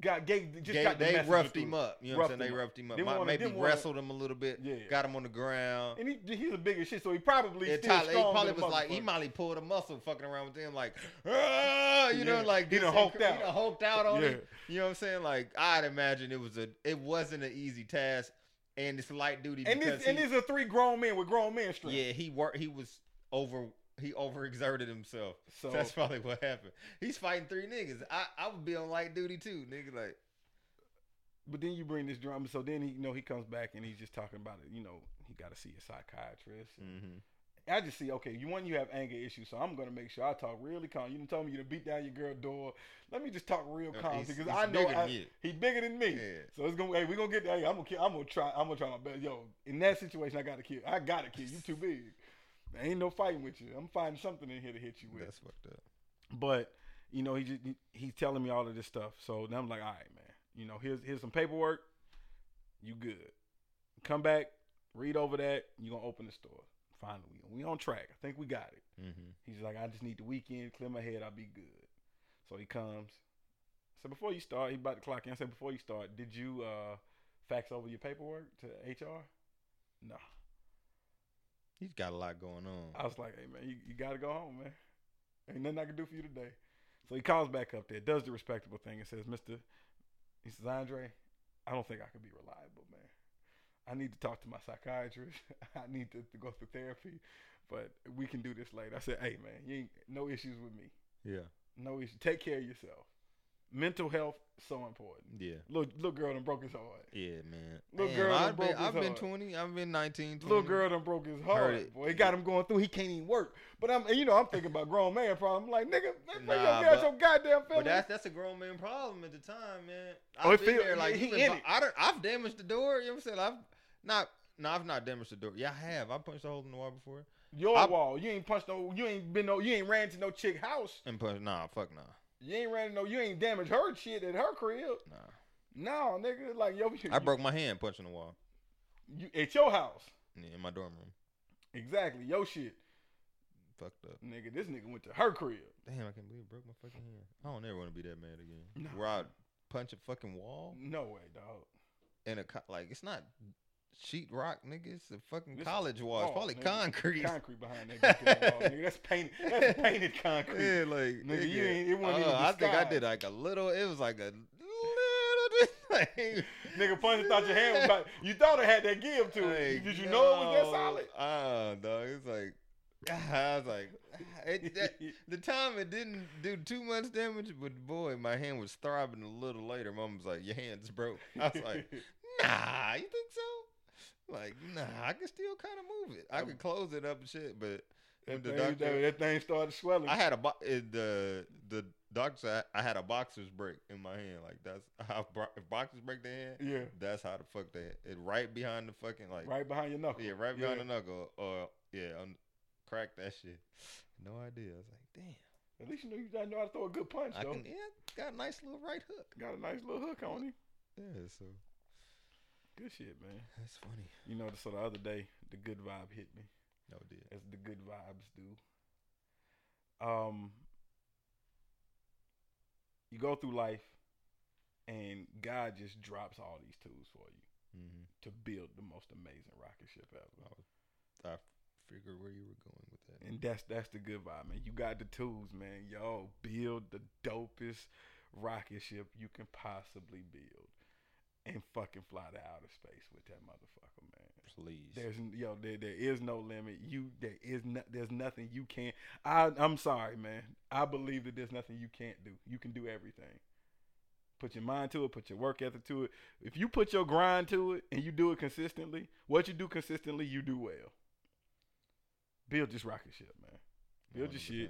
S1: Got gave just
S2: gave-
S1: got the
S2: they
S1: message
S2: roughed
S1: through.
S2: him up. You know what
S1: Roughed
S2: I'm saying?
S1: him
S2: They
S1: up.
S2: roughed him up.
S1: Didn't
S2: Might-
S1: wanna-
S2: maybe
S1: didn't wanna-
S2: wrestled him a little bit.
S1: Yeah.
S2: Got him on the ground.
S1: And he, he's a big as shit, so he probably
S2: And
S1: still
S2: Tyler, he
S1: strong
S2: probably
S1: than
S2: was like, he
S1: motherfucker.
S2: might pulled a muscle fucking around with them, like, "Ah," you know,
S1: Yeah.
S2: like
S1: He done
S2: this-
S1: hulked out.
S2: He done hulked out on
S1: Yeah.
S2: him. You know what I'm saying? Like, I'd imagine it was a, it wasn't an easy task, and it's light duty.
S1: And
S2: because
S1: this and
S2: he-
S1: these are three grown men with grown men strength.
S2: Yeah, he worked. He was over. He overexerted himself.
S1: So
S2: That's probably what happened. He's fighting three niggas. I, I would be on light duty too, nigga. Like,
S1: but then you bring this drama. So then he you know he comes back and he's just talking about it. You know he got to see a psychiatrist.
S2: Mm.
S1: Mm-hmm. I just see okay. You one you have anger issues, so I'm gonna make sure I talk really calm. You done told me you to beat down your girl door. Let me just talk real
S2: Uh,
S1: calm
S2: he's-
S1: because
S2: he's
S1: I know
S2: bigger
S1: I,
S2: than you.
S1: he's bigger than me.
S2: Yeah.
S1: So it's gonna hey we gonna get hey I'm gonna kill, I'm gonna try I'm gonna try my best yo in that situation I gotta kill I gotta kill you too big. There ain't no fighting with you. I'm finding something in here to hit you with.
S2: that's fucked up.
S1: But you know, he just he, he's telling me all of this stuff. So then I'm like, all right, man. You know, here's here's some paperwork. You good? Come back, read over that. You gonna open the store? Finally, we on track. I think we got it. He's like, I just need the weekend, clear my head, I'll be good. So he comes. I said, before you start, he about to clock in. I said, before you start, did you uh, fax over your paperwork to HR? No.
S2: He's got a lot going on.
S1: I was like, hey man, you, you gotta go home, man. Ain't nothing I can do for you today. So he calls back up there, does the respectable thing, and says, Mister, he says, Andre, I don't think I could be reliable, man. I need to talk to my psychiatrist. I need to, to go to therapy, but we can do this later. I said, hey man, you ain't no issues with me.
S2: Yeah.
S1: No issue. Take care of yourself. Mental health so important.
S2: Yeah.
S1: Little little girl done broke his heart.
S2: Yeah, man.
S1: Little
S2: Damn,
S1: girl done
S2: I've been,
S1: broke his
S2: I've been
S1: heart.
S2: 20. I've been 19. 20.
S1: Little girl done broke his heart.
S2: Mm-hmm. Heard it.
S1: Boy, it got him going through. He can't even work. But I'm, and you know, I'm thinking about grown man problem. I'm like, nigga, man, nah,
S2: Nah,
S1: your, girl
S2: but-
S1: your goddamn
S2: But
S1: feelings.
S2: that's that's a grown man problem at the time, man.
S1: Oh,
S2: I've
S1: it
S2: been
S1: feel-
S2: there, like
S1: he-
S2: you
S1: he
S2: been,
S1: in it.
S2: bu- I done, I've damaged the door. You know what I'm saying? I've not, no, I've not damaged the door. Yeah, I have. I punched a hole in the wall before.
S1: your
S2: I-
S1: wall. You ain't punched no. You ain't been no. You ain't ran to no chick house.
S2: And punched. Nah, fuck nah,
S1: You ain't ran to no. You ain't damaged her shit at her crib.
S2: nah.
S1: No, nigga, like yo, you,
S2: I broke my hand punching the wall
S1: you, at your house.
S2: yeah, in my dorm room.
S1: Exactly, yo shit,
S2: Fucked up.
S1: nigga. This nigga went to her crib.
S2: Damn, I can't believe I broke my fucking hand. I don't ever want to be that mad again.
S1: No.
S2: Where I punch a fucking wall
S1: No way, dog.
S2: and a co- like it's not sheet rock, nigga. It's a fucking
S1: It's a
S2: college wall. It's
S1: wall,
S2: probably
S1: nigga.
S2: concrete.
S1: Concrete behind that goddamn wall, nigga. That's painted. That's painted concrete.
S2: Yeah, like
S1: Nigga, you ain't- it wasn't
S2: uh,
S1: even
S2: I think I
S1: disguised.
S2: did like a little. It was like a little bit.
S1: Nigga, punch thought your hand was about. You thought it had that give to it.
S2: Like,
S1: Did you know it was that
S2: yo,
S1: solid?
S2: Ah, dog. It's like I was like, it, that, the time it didn't do too much damage, but boy, my hand was throbbing a little later. Mom was like, "Your hand's broke." I was like, "Nah, you think so?" Like, nah, I can still kind of move it. I
S1: I'm-
S2: could close it up and shit, but
S1: that,
S2: the
S1: thing,
S2: doctor-
S1: that, that thing started swelling.
S2: I had a bo- uh, the the doctor said I had a boxer's break in my hand. Like that's how bro- if boxers break their hand,
S1: yeah,
S2: that's how the fuck they it right behind the fucking like
S1: right behind your knuckle.
S2: yeah right behind
S1: Yeah.
S2: the knuckle or yeah on, crack that shit. No idea. I was like, damn,
S1: At least you know you gotta know how to throw a good punch,
S2: I
S1: though.
S2: can yeah got a nice little right hook.
S1: Got a nice little hook on him.
S2: Yeah, so
S1: Good shit, man.
S2: that's funny.
S1: You know, so the other day, the good vibe hit me,
S2: No did.
S1: as the good vibes do. Um, you go through life, and God just drops all these tools for you
S2: Mm-hmm.
S1: to build the most amazing rocket ship ever.
S2: I figured where you were going with that.
S1: And that's that's the good vibe, man. You got the tools, man. Y'all build the dopest rocket ship you can possibly build, and fucking fly to outer space with that motherfucker, man.
S2: Please.
S1: There's n- yo, there, there is no limit. You there is no, there's nothing you can't. I I'm sorry, man. I believe that there's nothing you can't do. You can do everything. Put your mind to it. Put your work ethic to it. If you put your grind to it and you do it consistently, what you do consistently, you do well. Build this rocket ship, man. Build your shit.
S2: 100%.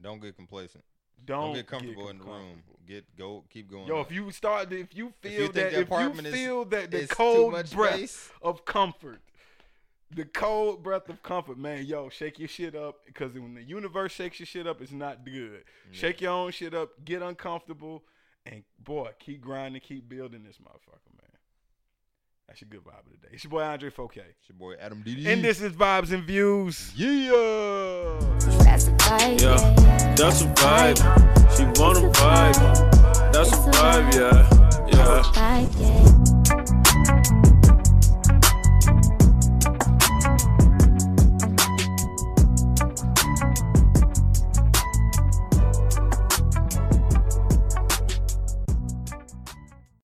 S2: Don't get complacent.
S1: Don't,
S2: Don't, get comfortable in the room.
S1: comfortable.
S2: Get go keep going.
S1: Yo,
S2: up.
S1: if you start, if you feel
S2: think
S1: that,
S2: the
S1: if you
S2: apartment is-
S1: feel that the
S2: It's too
S1: cold
S2: much
S1: breath
S2: space.
S1: of comfort. The cold breath of comfort, man. Yo, shake your shit up because when the universe shakes your shit up, it's not good. Shake your own shit up, get uncomfortable, and boy, keep grinding, keep building this motherfucker, man. That's your good vibe of the day. It's your boy Andre Fouquet.
S2: It's your boy Adam DD.
S1: And this is Vibes and Views.
S2: yeah.
S3: That's a vibe.
S4: Yeah,
S3: yeah.
S4: that's a vibe. She wanna vibe. That's a vibe, yeah. Yeah.
S3: Vibe, yeah.